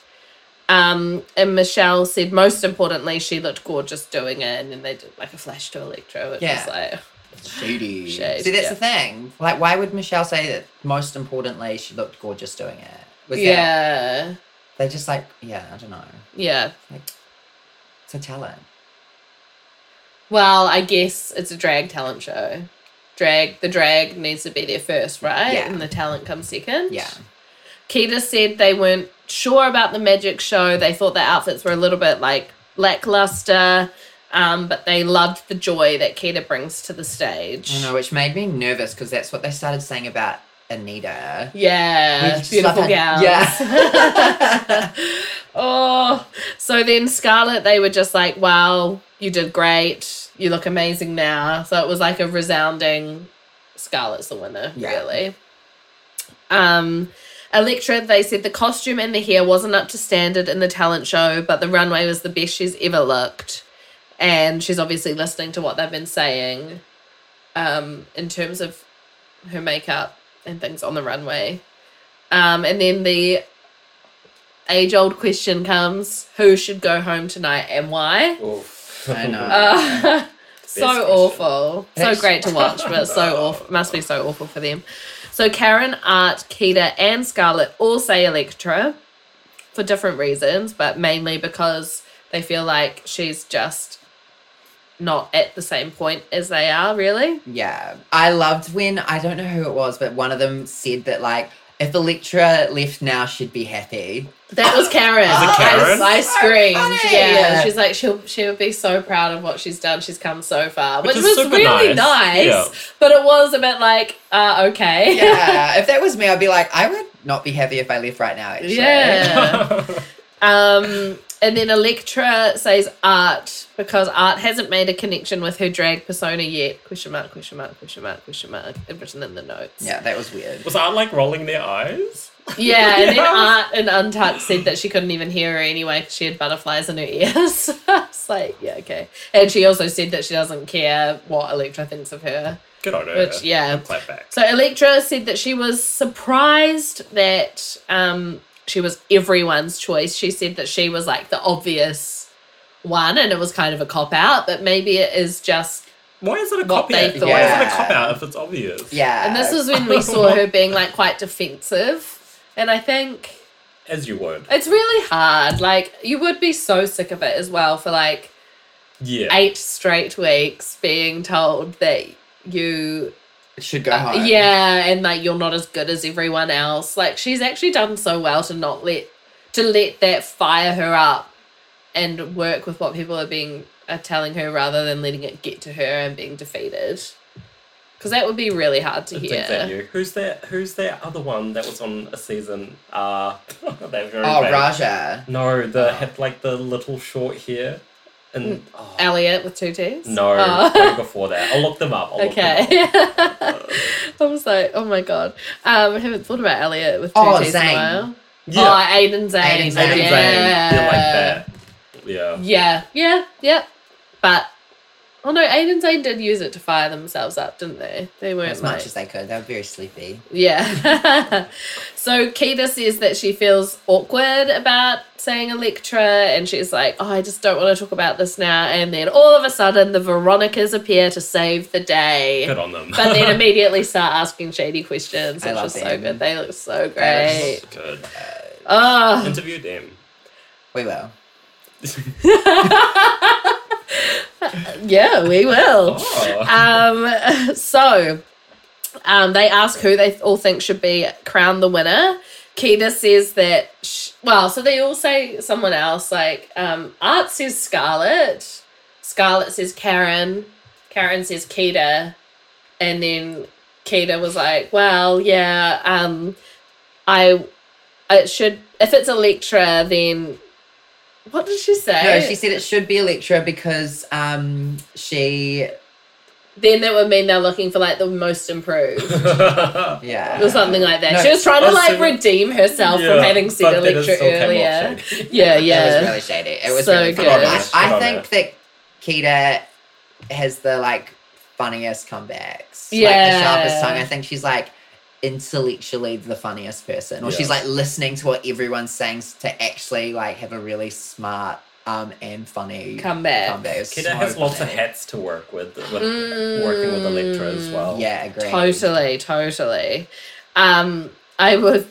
Speaker 2: Um, and Michelle said, most importantly, she looked gorgeous doing it. And then they did like a flash to Electro, which
Speaker 1: Yeah.
Speaker 2: was like,
Speaker 1: Shady.
Speaker 2: Shade,
Speaker 1: See, that's
Speaker 2: yeah.
Speaker 1: the thing. Like, why would Michelle say that? Most importantly, she looked gorgeous doing it. Was that,
Speaker 2: yeah.
Speaker 1: they're just like, yeah, I don't know.
Speaker 2: Yeah.
Speaker 1: It's a talent.
Speaker 2: Well, I guess it's a drag talent show. Drag the drag needs to be there first, right?
Speaker 1: Yeah.
Speaker 2: And the talent comes second.
Speaker 1: Yeah.
Speaker 2: Keita said they weren't sure about the magic show. They thought the outfits were a little bit like lackluster, um, but they loved the joy that Keita brings to the stage.
Speaker 1: I know, which made me nervous because that's what they started saying about Anita.
Speaker 2: Yeah,
Speaker 1: We just
Speaker 2: beautiful
Speaker 1: love
Speaker 2: gals.
Speaker 1: her- yeah.
Speaker 2: oh, so then Scarlett, they were just like, "Wow, you did great. You look amazing now." So it was like a resounding, Scarlett's the winner,
Speaker 1: Yeah.
Speaker 2: really. Um, Electra, they said the costume and the hair wasn't up to standard in the talent show, but the runway was the best she's ever looked, and she's obviously listening to what they've been saying, um, in terms of her makeup and things on the runway. Um, and then the age old question comes who should go home tonight and why?
Speaker 4: Oof.
Speaker 1: I know.
Speaker 2: Uh, so
Speaker 4: question.
Speaker 2: awful. So
Speaker 1: Yes.
Speaker 2: great to watch, but so awful. Must be so awful for them. So Karen, Art, Keita, and Scarlett all say Electra for different reasons, but mainly because they feel like she's just not at the same point as they are, really.
Speaker 1: Yeah. I loved when, I don't know who it was, but one of them said that, like, if Electra left now, she'd be happy.
Speaker 2: That was Karen.
Speaker 4: Was it Karen?
Speaker 2: I, I
Speaker 1: So
Speaker 2: screamed.
Speaker 1: funny.
Speaker 2: yeah. she's like she'll she would be so proud of what she's done. She's come so far, which,
Speaker 4: Which is
Speaker 2: was
Speaker 4: super
Speaker 2: really nice.
Speaker 4: nice. Yeah.
Speaker 2: But it was a bit like, uh, okay,
Speaker 1: Yeah. if that was me, I'd be like, I would not be happy if I left right now, actually.
Speaker 2: yeah. Um, and then Electra says art because art hasn't made a connection with her drag persona yet. Question mark? Question mark? Question mark? Question mark? I've written in the notes.
Speaker 1: Yeah, that was weird.
Speaker 4: Was I like rolling their eyes?
Speaker 2: Yeah, and then
Speaker 4: Yeah.
Speaker 2: Art and Untucked said that she couldn't even hear her anyway because she had butterflies in her ears. it's like, yeah, okay. And she also said that she doesn't care what Electra thinks of her,
Speaker 4: Good on her.
Speaker 2: which, yeah.
Speaker 4: Clap back.
Speaker 2: So Electra said that she was surprised that um, she was everyone's choice. She said that she was like the obvious one and it was kind of a cop out, but maybe it is just
Speaker 4: Why is it a
Speaker 2: What
Speaker 4: cop
Speaker 2: they
Speaker 4: out?
Speaker 2: thought.
Speaker 4: Why is it
Speaker 1: Yeah.
Speaker 4: a cop out if it's obvious?
Speaker 1: Yeah.
Speaker 2: and this was when we saw her being like quite defensive. And I think
Speaker 4: As you would.
Speaker 2: It's really hard. Like you would be so sick of it as well for like
Speaker 4: Yeah.
Speaker 2: eight straight weeks being told that you
Speaker 1: It should go home.
Speaker 2: uh, yeah and like you're not as good as everyone else. Like she's actually done so well to not let to let that fire her up and work with what people are being are telling her rather than letting it get to her and being defeated. Cuz that would be really hard to
Speaker 4: It's
Speaker 2: hear.
Speaker 4: exactly. Who's that? Who's that other one that was on a season? Uh, that very
Speaker 1: Oh,
Speaker 4: vague-
Speaker 1: Raja.
Speaker 4: No,
Speaker 2: Oh.
Speaker 4: the had like the little short hair,
Speaker 2: Mm.
Speaker 4: and oh,
Speaker 2: Elliot with two T's.
Speaker 4: no,
Speaker 2: Oh.
Speaker 4: way before that. I'll look them up. I'll Look them
Speaker 2: Okay. I was like, oh my god. Um, I haven't thought about Elliot with two
Speaker 1: Oh,
Speaker 2: T's in a
Speaker 1: Zane.
Speaker 2: while.
Speaker 4: up.
Speaker 2: Oh, Aiden Zane.
Speaker 1: Aiden
Speaker 4: Yeah,
Speaker 1: Zane.
Speaker 4: Aiden
Speaker 2: Yeah.
Speaker 4: Zane. Yeah, like that. Yeah.
Speaker 2: Yeah, yeah, yep. But oh no, Aiden Zane did use it to fire themselves up, didn't they? They weren't
Speaker 1: As
Speaker 2: like-
Speaker 1: much as they could. They were very sleepy.
Speaker 2: Yeah. so Keita says that she feels awkward about saying Electra, and she's like, oh, I just don't want to talk about this now. And then all of a sudden, the Veronicas appear to save the day.
Speaker 4: Good on them.
Speaker 2: but then immediately start asking shady questions,
Speaker 1: I
Speaker 2: which
Speaker 1: love
Speaker 2: is so
Speaker 1: them.
Speaker 2: good. They look so
Speaker 1: They're
Speaker 2: great.
Speaker 4: Good.
Speaker 2: Oh,
Speaker 4: Interview them.
Speaker 1: We will.
Speaker 2: yeah, we will.
Speaker 4: Oh.
Speaker 2: Um, so um, they ask who they all think should be crowned the winner. Keita says that, sh- well, so they all say someone else. Like, um, Art says Scarlett, Scarlett says Karen, Karen says Keita, and then Keita was like, well, yeah, um, I, it should, if it's Electra, then what did she say?
Speaker 1: No, she said it should be Electra because um she
Speaker 2: then that would mean they're looking for like the most improved.
Speaker 1: yeah.
Speaker 2: or something like that.
Speaker 1: No,
Speaker 2: she was trying to
Speaker 4: also-
Speaker 2: like redeem herself
Speaker 4: Yeah,
Speaker 2: from having seen
Speaker 4: but that is
Speaker 2: Electra
Speaker 4: still
Speaker 2: earlier.
Speaker 4: Camel shady.
Speaker 2: Yeah,
Speaker 1: It was
Speaker 2: yeah.
Speaker 1: really shady. It was
Speaker 2: So
Speaker 1: really
Speaker 2: good.
Speaker 1: funny. I,
Speaker 4: Phenomenal.
Speaker 1: I think that Keita has the like funniest comebacks. Like
Speaker 2: Yeah.
Speaker 1: the sharpest tongue. I think she's like intellectually the funniest person. Or she's
Speaker 4: Yeah.
Speaker 1: like listening to what everyone's saying s- to actually like have a really smart um, and funny.
Speaker 2: Comeback.
Speaker 1: comeback. It's
Speaker 4: Kida
Speaker 1: so
Speaker 4: has lots of
Speaker 1: funny.
Speaker 4: hats to work with, with working with Electra
Speaker 2: Mm,
Speaker 4: as well.
Speaker 1: Yeah, agree.
Speaker 2: Totally, totally. Um, I would,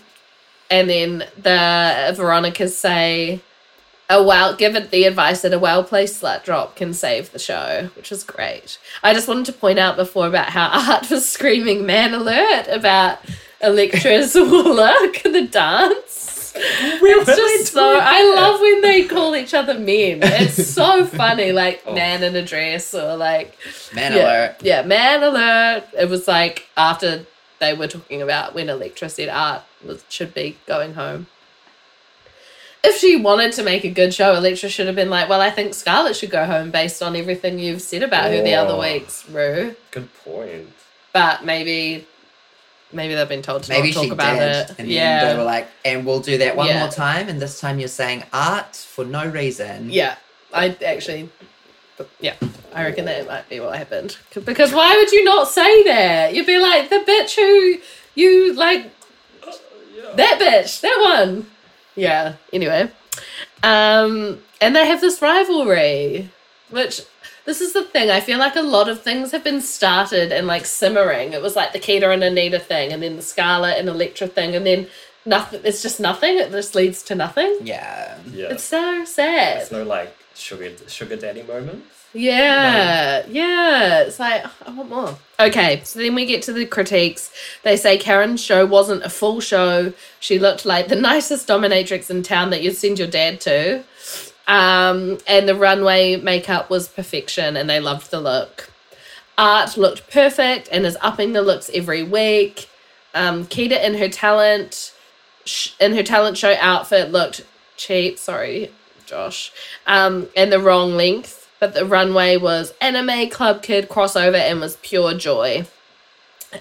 Speaker 2: and then the Veronicas say, "A well, given the advice that a well-placed slut drop can save the show," which is great. I just wanted to point out before about how Art was screaming "Man alert!" about Electra's look, the dance. it's just so. I love when they call each other men. It's so funny, like man in a dress or like
Speaker 1: Man
Speaker 2: yeah.
Speaker 1: alert.
Speaker 2: Yeah, man alert. It was like after they were talking about when Electra said art was, should be going home. If she wanted to make a good show, Electra should have been like, Well, I think Scarlett should go home based on everything you've said about her the other
Speaker 4: Oh.
Speaker 2: weeks, Rue.
Speaker 4: Good point.
Speaker 2: But maybe maybe they've been told to
Speaker 1: Maybe
Speaker 2: not talk
Speaker 1: she
Speaker 2: about
Speaker 1: did.
Speaker 2: it.
Speaker 1: And then
Speaker 2: yeah.
Speaker 1: they were like, and we'll do that one
Speaker 2: Yeah.
Speaker 1: more time. And this time you're saying art for no reason.
Speaker 2: Yeah, I actually, but yeah, I reckon that might be what happened. Because why would you not say that? You'd be like the bitch who you like. That bitch, that one. Yeah. Anyway, um, and they have this rivalry, which this is the thing. I feel like a lot of things have been started and like simmering. It was like the Keita and Anita thing, and then the Scarlet and Electra thing, and then nothing. It's just nothing. It just leads to nothing.
Speaker 1: Yeah.
Speaker 4: Yeah.
Speaker 2: It's so sad.
Speaker 4: There's no like sugar sugar daddy moments.
Speaker 2: Yeah, yeah. It's like, "Oh, I want more. Okay, so then we get to the critiques. They say Karen's show wasn't a full show. She looked like the nicest dominatrix in town that you'd send your dad to. Um, and the runway makeup was perfection, and they loved the look. Art looked perfect and is upping the looks every week. Um, Keita in her talent, sh- in her talent show outfit looked cheap. Sorry, Josh, um, and the wrong length. But the runway was anime, club kid, crossover, and was pure joy.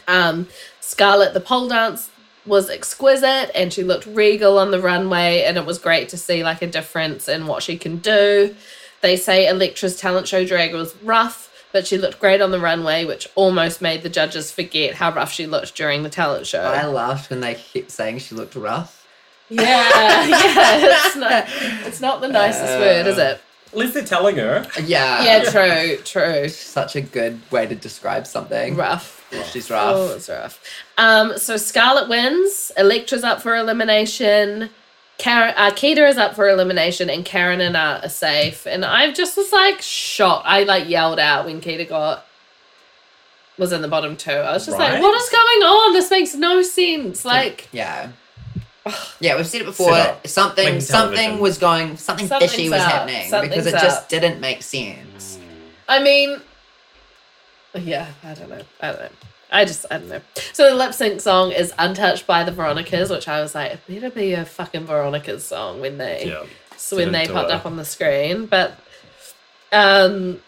Speaker 2: Um, Scarlett, the pole dance, was exquisite and she looked regal on the runway, and it was great to see like a difference in what she can do. They say Electra's talent show drag was rough, but she looked great on the runway, which almost made the judges forget how rough she looked during the talent show.
Speaker 1: I laughed when they kept saying she looked rough.
Speaker 2: Yeah, yeah. It's not, it's not the nicest word, is it?
Speaker 4: At least they're telling her.
Speaker 1: Yeah.
Speaker 2: Uh, Yeah, true, true.
Speaker 1: Such a good way to describe something.
Speaker 2: Rough.
Speaker 1: She's rough.
Speaker 2: Oh, it's rough. Um, so Scarlet wins. Electra's up for elimination. Karen, uh, Keita is up for elimination, and Karen and Art are safe. And I just was like shocked. I like yelled out when Keita got was in the bottom two. I was just like,
Speaker 4: Right.
Speaker 2: "What is going on? This makes no sense." Like,
Speaker 1: Yeah. Yeah, we've said it before.
Speaker 4: Set up.
Speaker 1: Something
Speaker 4: Like
Speaker 1: something
Speaker 4: television.
Speaker 1: was going something
Speaker 2: Something's
Speaker 1: fishy was
Speaker 2: up.
Speaker 1: happening because
Speaker 2: Something's
Speaker 1: it just
Speaker 2: up.
Speaker 1: didn't make sense.
Speaker 2: I mean, yeah, I don't know. I don't know. I just, I don't know. So the lip sync song is Untouched by the Veronicas, which I was like, it better be a fucking Veronicas song when they,
Speaker 4: Yeah.
Speaker 2: so when they
Speaker 4: Didn't do
Speaker 2: popped
Speaker 4: it.
Speaker 2: up on the screen. But, um,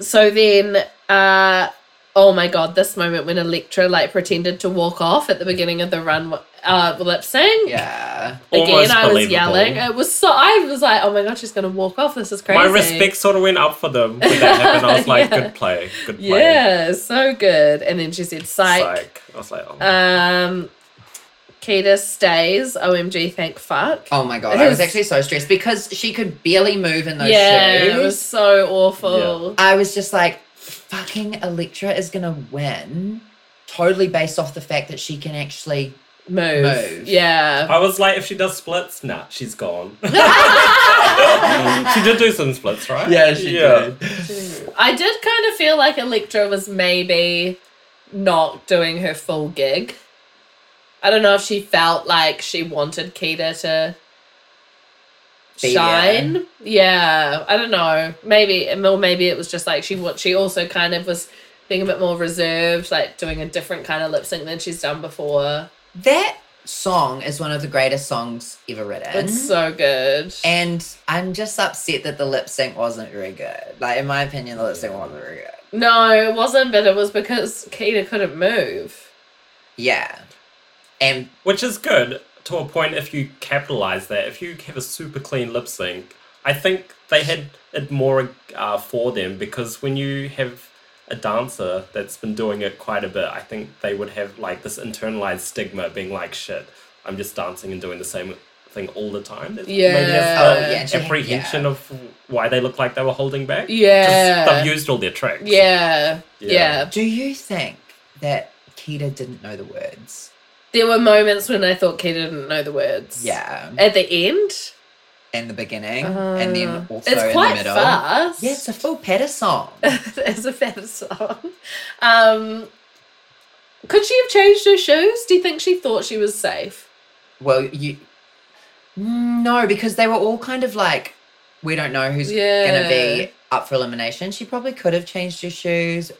Speaker 2: so then, uh, oh my God, this moment when Electra like pretended to walk off at the beginning of the run, uh, lip
Speaker 4: Mm.
Speaker 2: sync.
Speaker 1: Yeah.
Speaker 2: Again,
Speaker 4: Almost
Speaker 2: I was
Speaker 4: believable.
Speaker 2: yelling. It was so, I was like, oh my God, she's going to walk off. This is crazy.
Speaker 4: My respect sort of went up for them when that happened. I was like,
Speaker 2: Yeah.
Speaker 4: good play, good play.
Speaker 2: Yeah, so good. And then she said, psych.
Speaker 4: Psych. I was like, oh.
Speaker 2: Um, Keita stays. OMG, thank fuck.
Speaker 1: Oh my god. I was
Speaker 2: His-
Speaker 1: actually so stressed because she could barely move in those
Speaker 2: yeah,
Speaker 1: shoes.
Speaker 2: it was so awful.
Speaker 1: I was just like, fucking Electra is gonna win. Totally based off the fact that she can actually
Speaker 2: Move.
Speaker 1: Move.
Speaker 2: Yeah.
Speaker 4: I was like, if she does splits, nah, she's gone. she did do some splits, right?
Speaker 2: I did kind of feel like Electra was maybe not doing her full gig. I don't know if she felt like she wanted Keita to
Speaker 1: Be there.
Speaker 2: shine. Yeah, I don't know. Maybe or maybe it was just like she what she also kind of was being a bit more reserved, like doing a different kind of lip sync than she's done before.
Speaker 1: That song is one of the greatest songs ever written.
Speaker 2: It's so good.
Speaker 1: and I'm just upset that the lip sync wasn't very good. Like in my opinion, the lip sync wasn't very good.
Speaker 2: no, it wasn't, but it was because Keita couldn't move.
Speaker 1: Yeah. And
Speaker 4: Which is good to a point if you capitalize that. If you have a super clean lip sync, I think they had it more uh, for them because when you have a dancer that's been doing it quite a bit, I think they would have like this internalized stigma being like, shit, I'm just dancing and doing the same thing all the time. There's
Speaker 2: Yeah.
Speaker 4: Maybe
Speaker 1: Oh,
Speaker 4: that's the
Speaker 1: yeah, she-
Speaker 4: apprehension of why they look like they were holding back.
Speaker 2: Yeah.
Speaker 4: Just, they've used all their tricks.
Speaker 2: yeah.
Speaker 4: Yeah.
Speaker 2: Yeah.
Speaker 1: Do you think that Keita didn't know the words?
Speaker 2: There were moments when I thought Keita didn't know the words.
Speaker 1: Yeah,
Speaker 2: At the end.
Speaker 1: in the beginning, and
Speaker 2: Uh,
Speaker 1: then also
Speaker 2: it's quite
Speaker 1: in the middle.
Speaker 2: fast.
Speaker 1: Yeah, it's a full Petter song.
Speaker 2: as a fan song. Um, could she have changed her shoes? Do you think she thought she was safe?
Speaker 1: well, you no, because they were all kind of like, we don't know who's gonna
Speaker 2: Yeah.
Speaker 1: be up for elimination. She probably could have changed her shoes.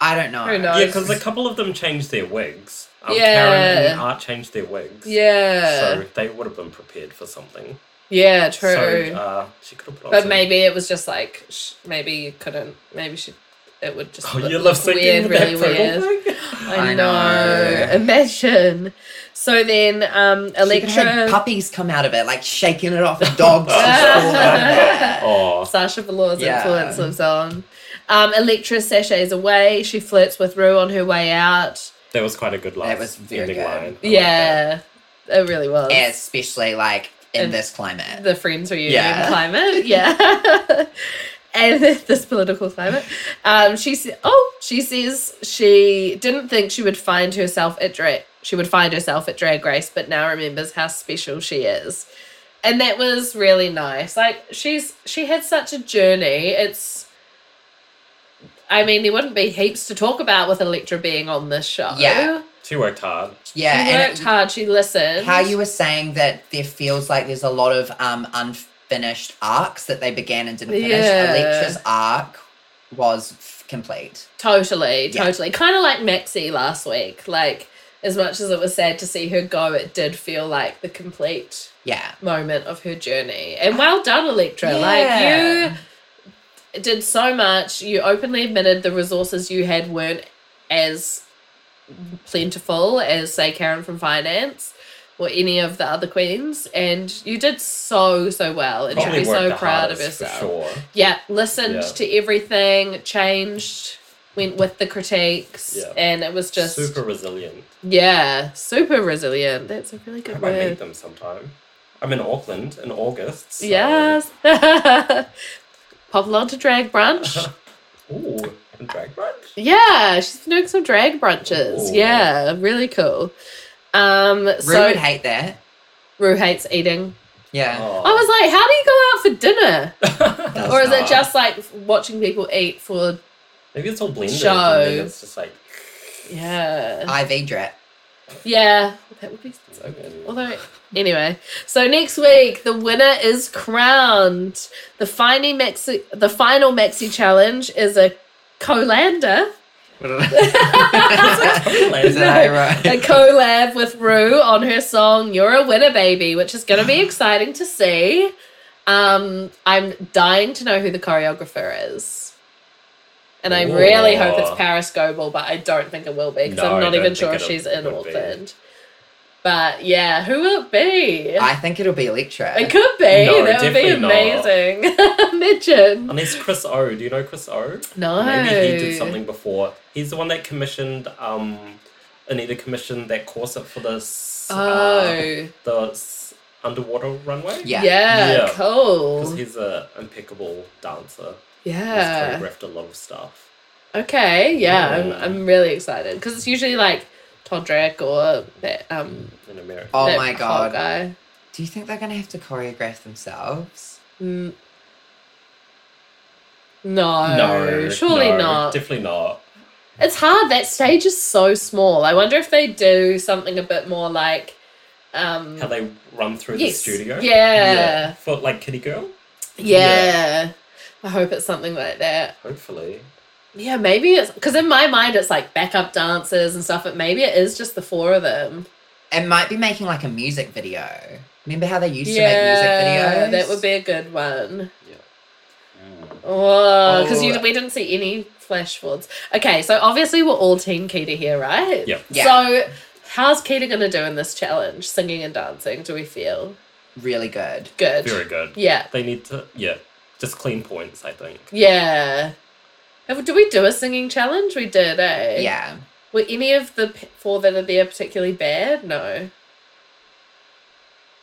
Speaker 1: I don't know.
Speaker 2: Who knows?
Speaker 4: Yeah, because a couple of them changed their wigs. Um, Karen
Speaker 2: Yeah.
Speaker 4: and Art changed their wigs.
Speaker 2: Yeah.
Speaker 4: So they would have been prepared for something.
Speaker 2: yeah, Uh, true.
Speaker 4: So uh, she could have put on
Speaker 2: but
Speaker 4: some-
Speaker 2: maybe it was just like sh- maybe you couldn't. Maybe she. It would just.
Speaker 4: Oh,
Speaker 2: look-
Speaker 4: you love
Speaker 2: look
Speaker 4: singing with that turtle thing?
Speaker 2: I
Speaker 1: I
Speaker 2: know.
Speaker 1: know.
Speaker 2: Imagine. So then, um,
Speaker 1: She could have had
Speaker 2: Electra.
Speaker 1: puppies come out of it, like shaking it off the dogs. and all that.
Speaker 4: Oh,
Speaker 2: Sasha Velour's
Speaker 1: Yeah.
Speaker 2: influence lives on. Um, Electra sachets away. She flirts with Rue on her way out.
Speaker 4: that was quite a good line.
Speaker 1: That was very good.
Speaker 4: Line. I like that.
Speaker 2: yeah, it really was.
Speaker 1: especially like in
Speaker 2: And
Speaker 1: this climate.
Speaker 2: the friends reunion
Speaker 1: Yeah.
Speaker 2: climate. Yeah. and this political climate. Um, she said, oh, she says she didn't think she would find herself at drag. She would find herself at Drag Race, but now remembers how special she is. And that was really nice. Like she's she had such a journey. It's I mean, there wouldn't be heaps to talk about with Electra being on this show.
Speaker 1: Yeah.
Speaker 4: She worked hard.
Speaker 1: yeah,
Speaker 2: she
Speaker 1: and
Speaker 2: worked
Speaker 1: it-
Speaker 2: hard. She listened.
Speaker 1: how you were saying that there feels like there's a lot of um unfinished arcs that they began and didn't finish.
Speaker 2: Yeah.
Speaker 1: Electra's arc was f- complete.
Speaker 2: Totally,
Speaker 1: Yeah.
Speaker 2: totally. Kind of like Maxi last week. Like, as much as it was sad to see her go, it did feel like the complete
Speaker 1: Yeah.
Speaker 2: moment of her journey. And well done, Electra. Like,
Speaker 1: Yeah.
Speaker 2: you did so much. You openly admitted the resources you had weren't as plentiful as, say, Karen from Finance or any of the other queens. And you did so, so well. And should
Speaker 4: Probably
Speaker 2: be
Speaker 4: worked
Speaker 2: so
Speaker 4: the
Speaker 2: proud of
Speaker 4: hardest,
Speaker 2: yourself.
Speaker 4: For sure.
Speaker 2: Yeah, listened
Speaker 4: Yeah.
Speaker 2: to everything, changed, went with the critiques,
Speaker 4: Yeah.
Speaker 2: and it was just
Speaker 4: super resilient.
Speaker 2: yeah, super resilient. That's a really
Speaker 4: I
Speaker 2: good
Speaker 4: might meet
Speaker 2: word.
Speaker 4: them sometime. I'm in Auckland in August. So.
Speaker 2: Yes. Pop along to drag brunch.
Speaker 4: Ooh, and drag brunch.
Speaker 2: yeah, she's been doing some drag brunches.
Speaker 4: Ooh.
Speaker 2: Yeah, really cool. Um,
Speaker 1: Rue would
Speaker 2: so
Speaker 1: hate that.
Speaker 2: Rue hates eating.
Speaker 1: Yeah.
Speaker 4: Oh.
Speaker 2: I was like, how do you go out for dinner?
Speaker 4: like,
Speaker 1: Does
Speaker 2: or is it
Speaker 1: not.
Speaker 2: just like watching people eat for
Speaker 4: maybe it's all blended.
Speaker 2: Show.
Speaker 4: and then It's just like
Speaker 2: yeah.
Speaker 1: IV drip?
Speaker 2: yeah. That would be
Speaker 4: so good.
Speaker 2: Although, anyway, so next week the winner is crowned. The final maxi, the final maxi challenge is a colander,
Speaker 1: Is it
Speaker 4: Auckland.
Speaker 2: a
Speaker 1: right?
Speaker 2: collab with Rue on her song "You're a Winner, Baby," which is going to be exciting to see. Um, I'm dying to know who the choreographer is. And I really hope it's
Speaker 4: Ooh.
Speaker 2: Paris Goebel, but I don't think it will be because
Speaker 4: No,
Speaker 2: I'm
Speaker 4: I
Speaker 2: not
Speaker 4: don't
Speaker 2: even
Speaker 4: think
Speaker 2: sure if
Speaker 4: it'll-
Speaker 2: she's in
Speaker 4: would be.
Speaker 2: Auckland. But yeah, who will it be?
Speaker 1: I think it'll be Electra.
Speaker 2: It could be.
Speaker 4: No,
Speaker 2: that would be
Speaker 4: definitely not.
Speaker 2: amazing. Imagine.
Speaker 4: Unless Chris O, do you know Chris O?
Speaker 2: No.
Speaker 4: Maybe he did something before. He's the one that commissioned um Anita commissioned that corset for this
Speaker 2: Oh.
Speaker 4: the s- underwater runway.
Speaker 1: yeah.
Speaker 2: yeah.
Speaker 4: Yeah. Because
Speaker 2: Cool.
Speaker 4: he's an impeccable dancer. He's
Speaker 2: Yeah.
Speaker 4: choreographed a lot of stuff.
Speaker 2: Okay. Yeah.
Speaker 4: Yeah.
Speaker 2: I'm, I'm really excited because it's usually like Todrick or that um.
Speaker 4: In America.
Speaker 1: Oh
Speaker 2: that
Speaker 1: my
Speaker 2: hot
Speaker 1: god.
Speaker 2: Guy.
Speaker 1: Do you think they're gonna have to choreograph themselves?
Speaker 2: Mm. No, Oh, surely
Speaker 4: no,
Speaker 2: not.
Speaker 4: Definitely not.
Speaker 2: It's hard. That stage is so small. I wonder if they do something a bit more like, um,
Speaker 4: How they run through
Speaker 2: Yes.
Speaker 4: the studio.
Speaker 2: yeah,
Speaker 4: For like Kitty Girl?
Speaker 2: Yeah. I hope it's something like that.
Speaker 4: Hopefully.
Speaker 2: Yeah, maybe it's because in my mind it's like backup dancers and stuff, but maybe it is just the four of them.
Speaker 1: It might be making like a music video. Remember how they used
Speaker 2: yeah,
Speaker 1: to make music videos?
Speaker 2: that would be a good one.
Speaker 4: Mm.
Speaker 2: Oh, because
Speaker 1: Oh.
Speaker 2: we didn't see any flash forwards. Okay, so obviously we're all Team Keita here, right?
Speaker 4: Yeah.
Speaker 1: Yeah.
Speaker 2: So how's Keita going to do in this challenge, singing and dancing? Do we feel
Speaker 1: really good.
Speaker 2: good?
Speaker 4: Very good.
Speaker 2: Yeah.
Speaker 4: They need to yeah. Just clean points, I think.
Speaker 2: Yeah. Have- Did we do a singing challenge? We did, eh?
Speaker 1: Yeah.
Speaker 2: Were any of the p- four that are there particularly bad? No.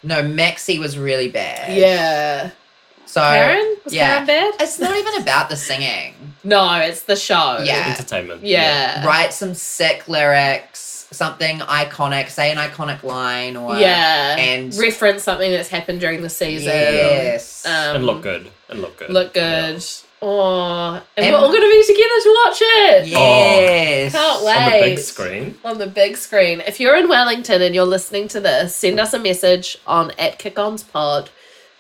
Speaker 1: No, Maxie was really bad.
Speaker 2: Yeah.
Speaker 1: So
Speaker 2: Karen? Was
Speaker 1: yeah.
Speaker 2: Karen bad?
Speaker 1: it's not even about the singing.
Speaker 2: No, it's the show.
Speaker 1: Yeah.
Speaker 4: Entertainment.
Speaker 2: Yeah.
Speaker 1: Write some sick lyrics, something iconic, say an iconic line or
Speaker 2: Yeah.
Speaker 1: And-
Speaker 2: reference something that's happened during the season.
Speaker 1: Yes.
Speaker 2: Um,
Speaker 4: and look good. And look good.
Speaker 2: Look
Speaker 4: Yeah.
Speaker 2: good. Oh, and,
Speaker 1: And-
Speaker 2: we're all going to be together to watch it.
Speaker 1: yes.
Speaker 2: Can't
Speaker 4: On the big
Speaker 2: Wait.
Speaker 4: screen.
Speaker 2: on the big screen. If you're in Wellington and you're listening to this, send us a message on at Kick On's Pod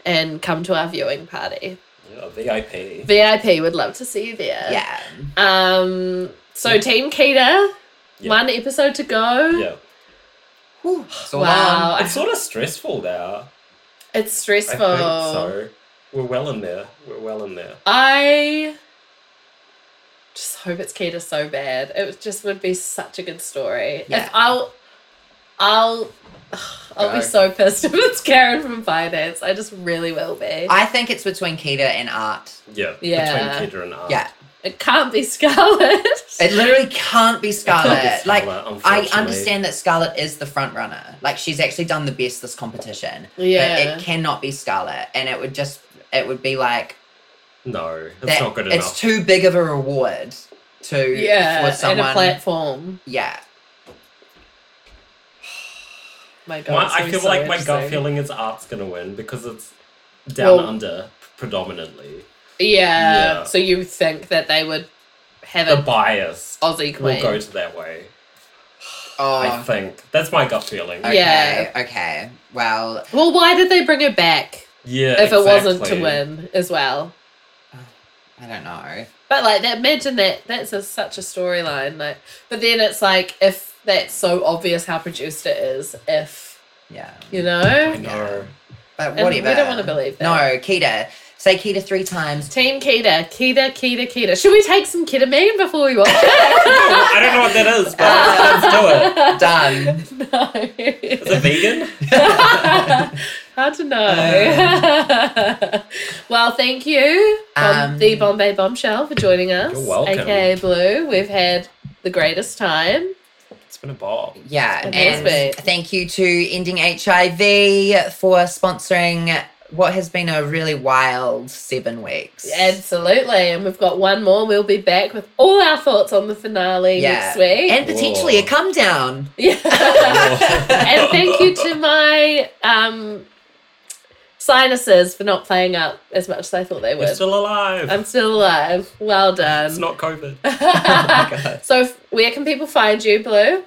Speaker 2: and come to our viewing party.
Speaker 4: Yeah, VIP.
Speaker 2: VIP would love to see you there.
Speaker 1: Yeah.
Speaker 2: Um. So Team Keita,
Speaker 4: Yeah.
Speaker 2: one episode to go.
Speaker 4: Yeah.
Speaker 1: Whew, it's all on.
Speaker 2: Wow, I-
Speaker 4: It's sort of stressful now.
Speaker 2: it's
Speaker 4: I think
Speaker 2: stressful.
Speaker 4: so. We're well in there. We're well in there.
Speaker 2: I just hope it's Keita so bad. It would- just would be such a good story.
Speaker 1: Yeah.
Speaker 2: If I'll, I'll, I'll
Speaker 1: Go.
Speaker 2: be so pissed if it's Karen from finance. I just really will be.
Speaker 1: I think it's between Keita and Art.
Speaker 4: Yeah.
Speaker 2: Yeah.
Speaker 4: Between Kedra and Art.
Speaker 1: Yeah.
Speaker 2: It can't be Scarlet.
Speaker 1: It literally can't be Scarlett.
Speaker 4: It's
Speaker 1: like
Speaker 4: Scarlett,
Speaker 1: I
Speaker 4: unfortunately.
Speaker 1: understand that Scarlett is the front runner. Like she's actually done the best this competition. But
Speaker 2: yeah.
Speaker 1: it cannot be Scarlett. And it would just it would be like
Speaker 4: No, it's
Speaker 1: that-
Speaker 4: not good enough.
Speaker 1: It's too big of a reward to
Speaker 2: yeah.
Speaker 1: for someone.
Speaker 2: And a platform.
Speaker 1: yeah.
Speaker 2: My God.
Speaker 4: My-
Speaker 2: it's
Speaker 4: I
Speaker 2: gonna
Speaker 4: feel
Speaker 2: be so
Speaker 4: like my gut
Speaker 2: interesting.
Speaker 4: feeling is Art's gonna win because it's down
Speaker 2: Well-
Speaker 4: under predominantly.
Speaker 2: Yeah.
Speaker 4: Yeah.
Speaker 2: So you think that they would have
Speaker 4: The
Speaker 2: an
Speaker 4: bias
Speaker 2: Aussie
Speaker 4: will
Speaker 2: queen?
Speaker 4: go to that way.
Speaker 1: Oh.
Speaker 4: I think that's my gut feeling.
Speaker 1: okay.
Speaker 2: Yeah.
Speaker 1: Okay. Well,
Speaker 2: well, why did they bring her back
Speaker 4: Yeah,
Speaker 2: if it wasn't to
Speaker 4: exactly.
Speaker 2: win as well?
Speaker 1: I don't know.
Speaker 2: But like, that, imagine that. That's a, such a storyline. Like, but then it's like if that's so obvious how produced it is. If
Speaker 1: Yeah.
Speaker 2: you know,
Speaker 4: I know.
Speaker 1: But
Speaker 2: And we
Speaker 1: whatever.
Speaker 2: don't want to believe that.
Speaker 1: No, Keita. Say Keita three times.
Speaker 2: Team Keita, Keita, Keita, Keita. Should we take some ketamine before we watch it?
Speaker 4: I don't know what that is, but let's do it.
Speaker 1: Done.
Speaker 4: Is it vegan?
Speaker 2: no. Hard to
Speaker 4: Um,
Speaker 2: know. well, thank you, Bom-
Speaker 1: Um,
Speaker 2: the Bombay Bombshell, for joining us.
Speaker 4: You're welcome.
Speaker 2: AKA Blue. We've had the greatest time.
Speaker 4: It's been a ball.
Speaker 1: Yeah.
Speaker 2: It
Speaker 1: and
Speaker 2: must be.
Speaker 1: thank you to Ending HIV for sponsoring what has been a really wild seven weeks.
Speaker 2: Absolutely. And we've got one more. We'll be back with all our thoughts on the finale
Speaker 1: Yeah.
Speaker 2: next week.
Speaker 1: And potentially a come down.
Speaker 2: yeah. and thank you to my um, sinuses for not playing up as much as I thought they
Speaker 4: We're
Speaker 2: would.
Speaker 4: still alive.
Speaker 2: I'm still alive. Well done.
Speaker 4: it's not Oh COVID.
Speaker 2: so, if, where can people find you, Blue?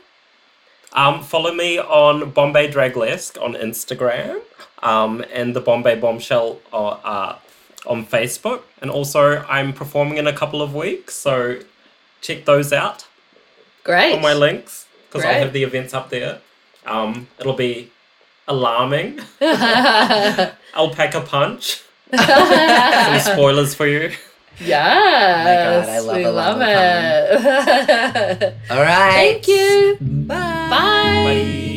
Speaker 4: Um, follow me on Bombay Draglesque on Instagram, um, and the Bombay Bombshell uh, uh, on Facebook. And also, I'm performing in a couple of weeks, so check those out
Speaker 2: Great.
Speaker 4: on my links because I'll
Speaker 2: Great.
Speaker 4: have the events up there. Um, it'll be alarming. Alpaca Punch. Some spoilers for you.
Speaker 2: yes.
Speaker 1: Oh I love
Speaker 2: we
Speaker 1: a
Speaker 2: love
Speaker 1: lumber
Speaker 2: it.
Speaker 1: All right.
Speaker 2: Thank you.
Speaker 1: Bye.
Speaker 2: Bye.
Speaker 4: Bye.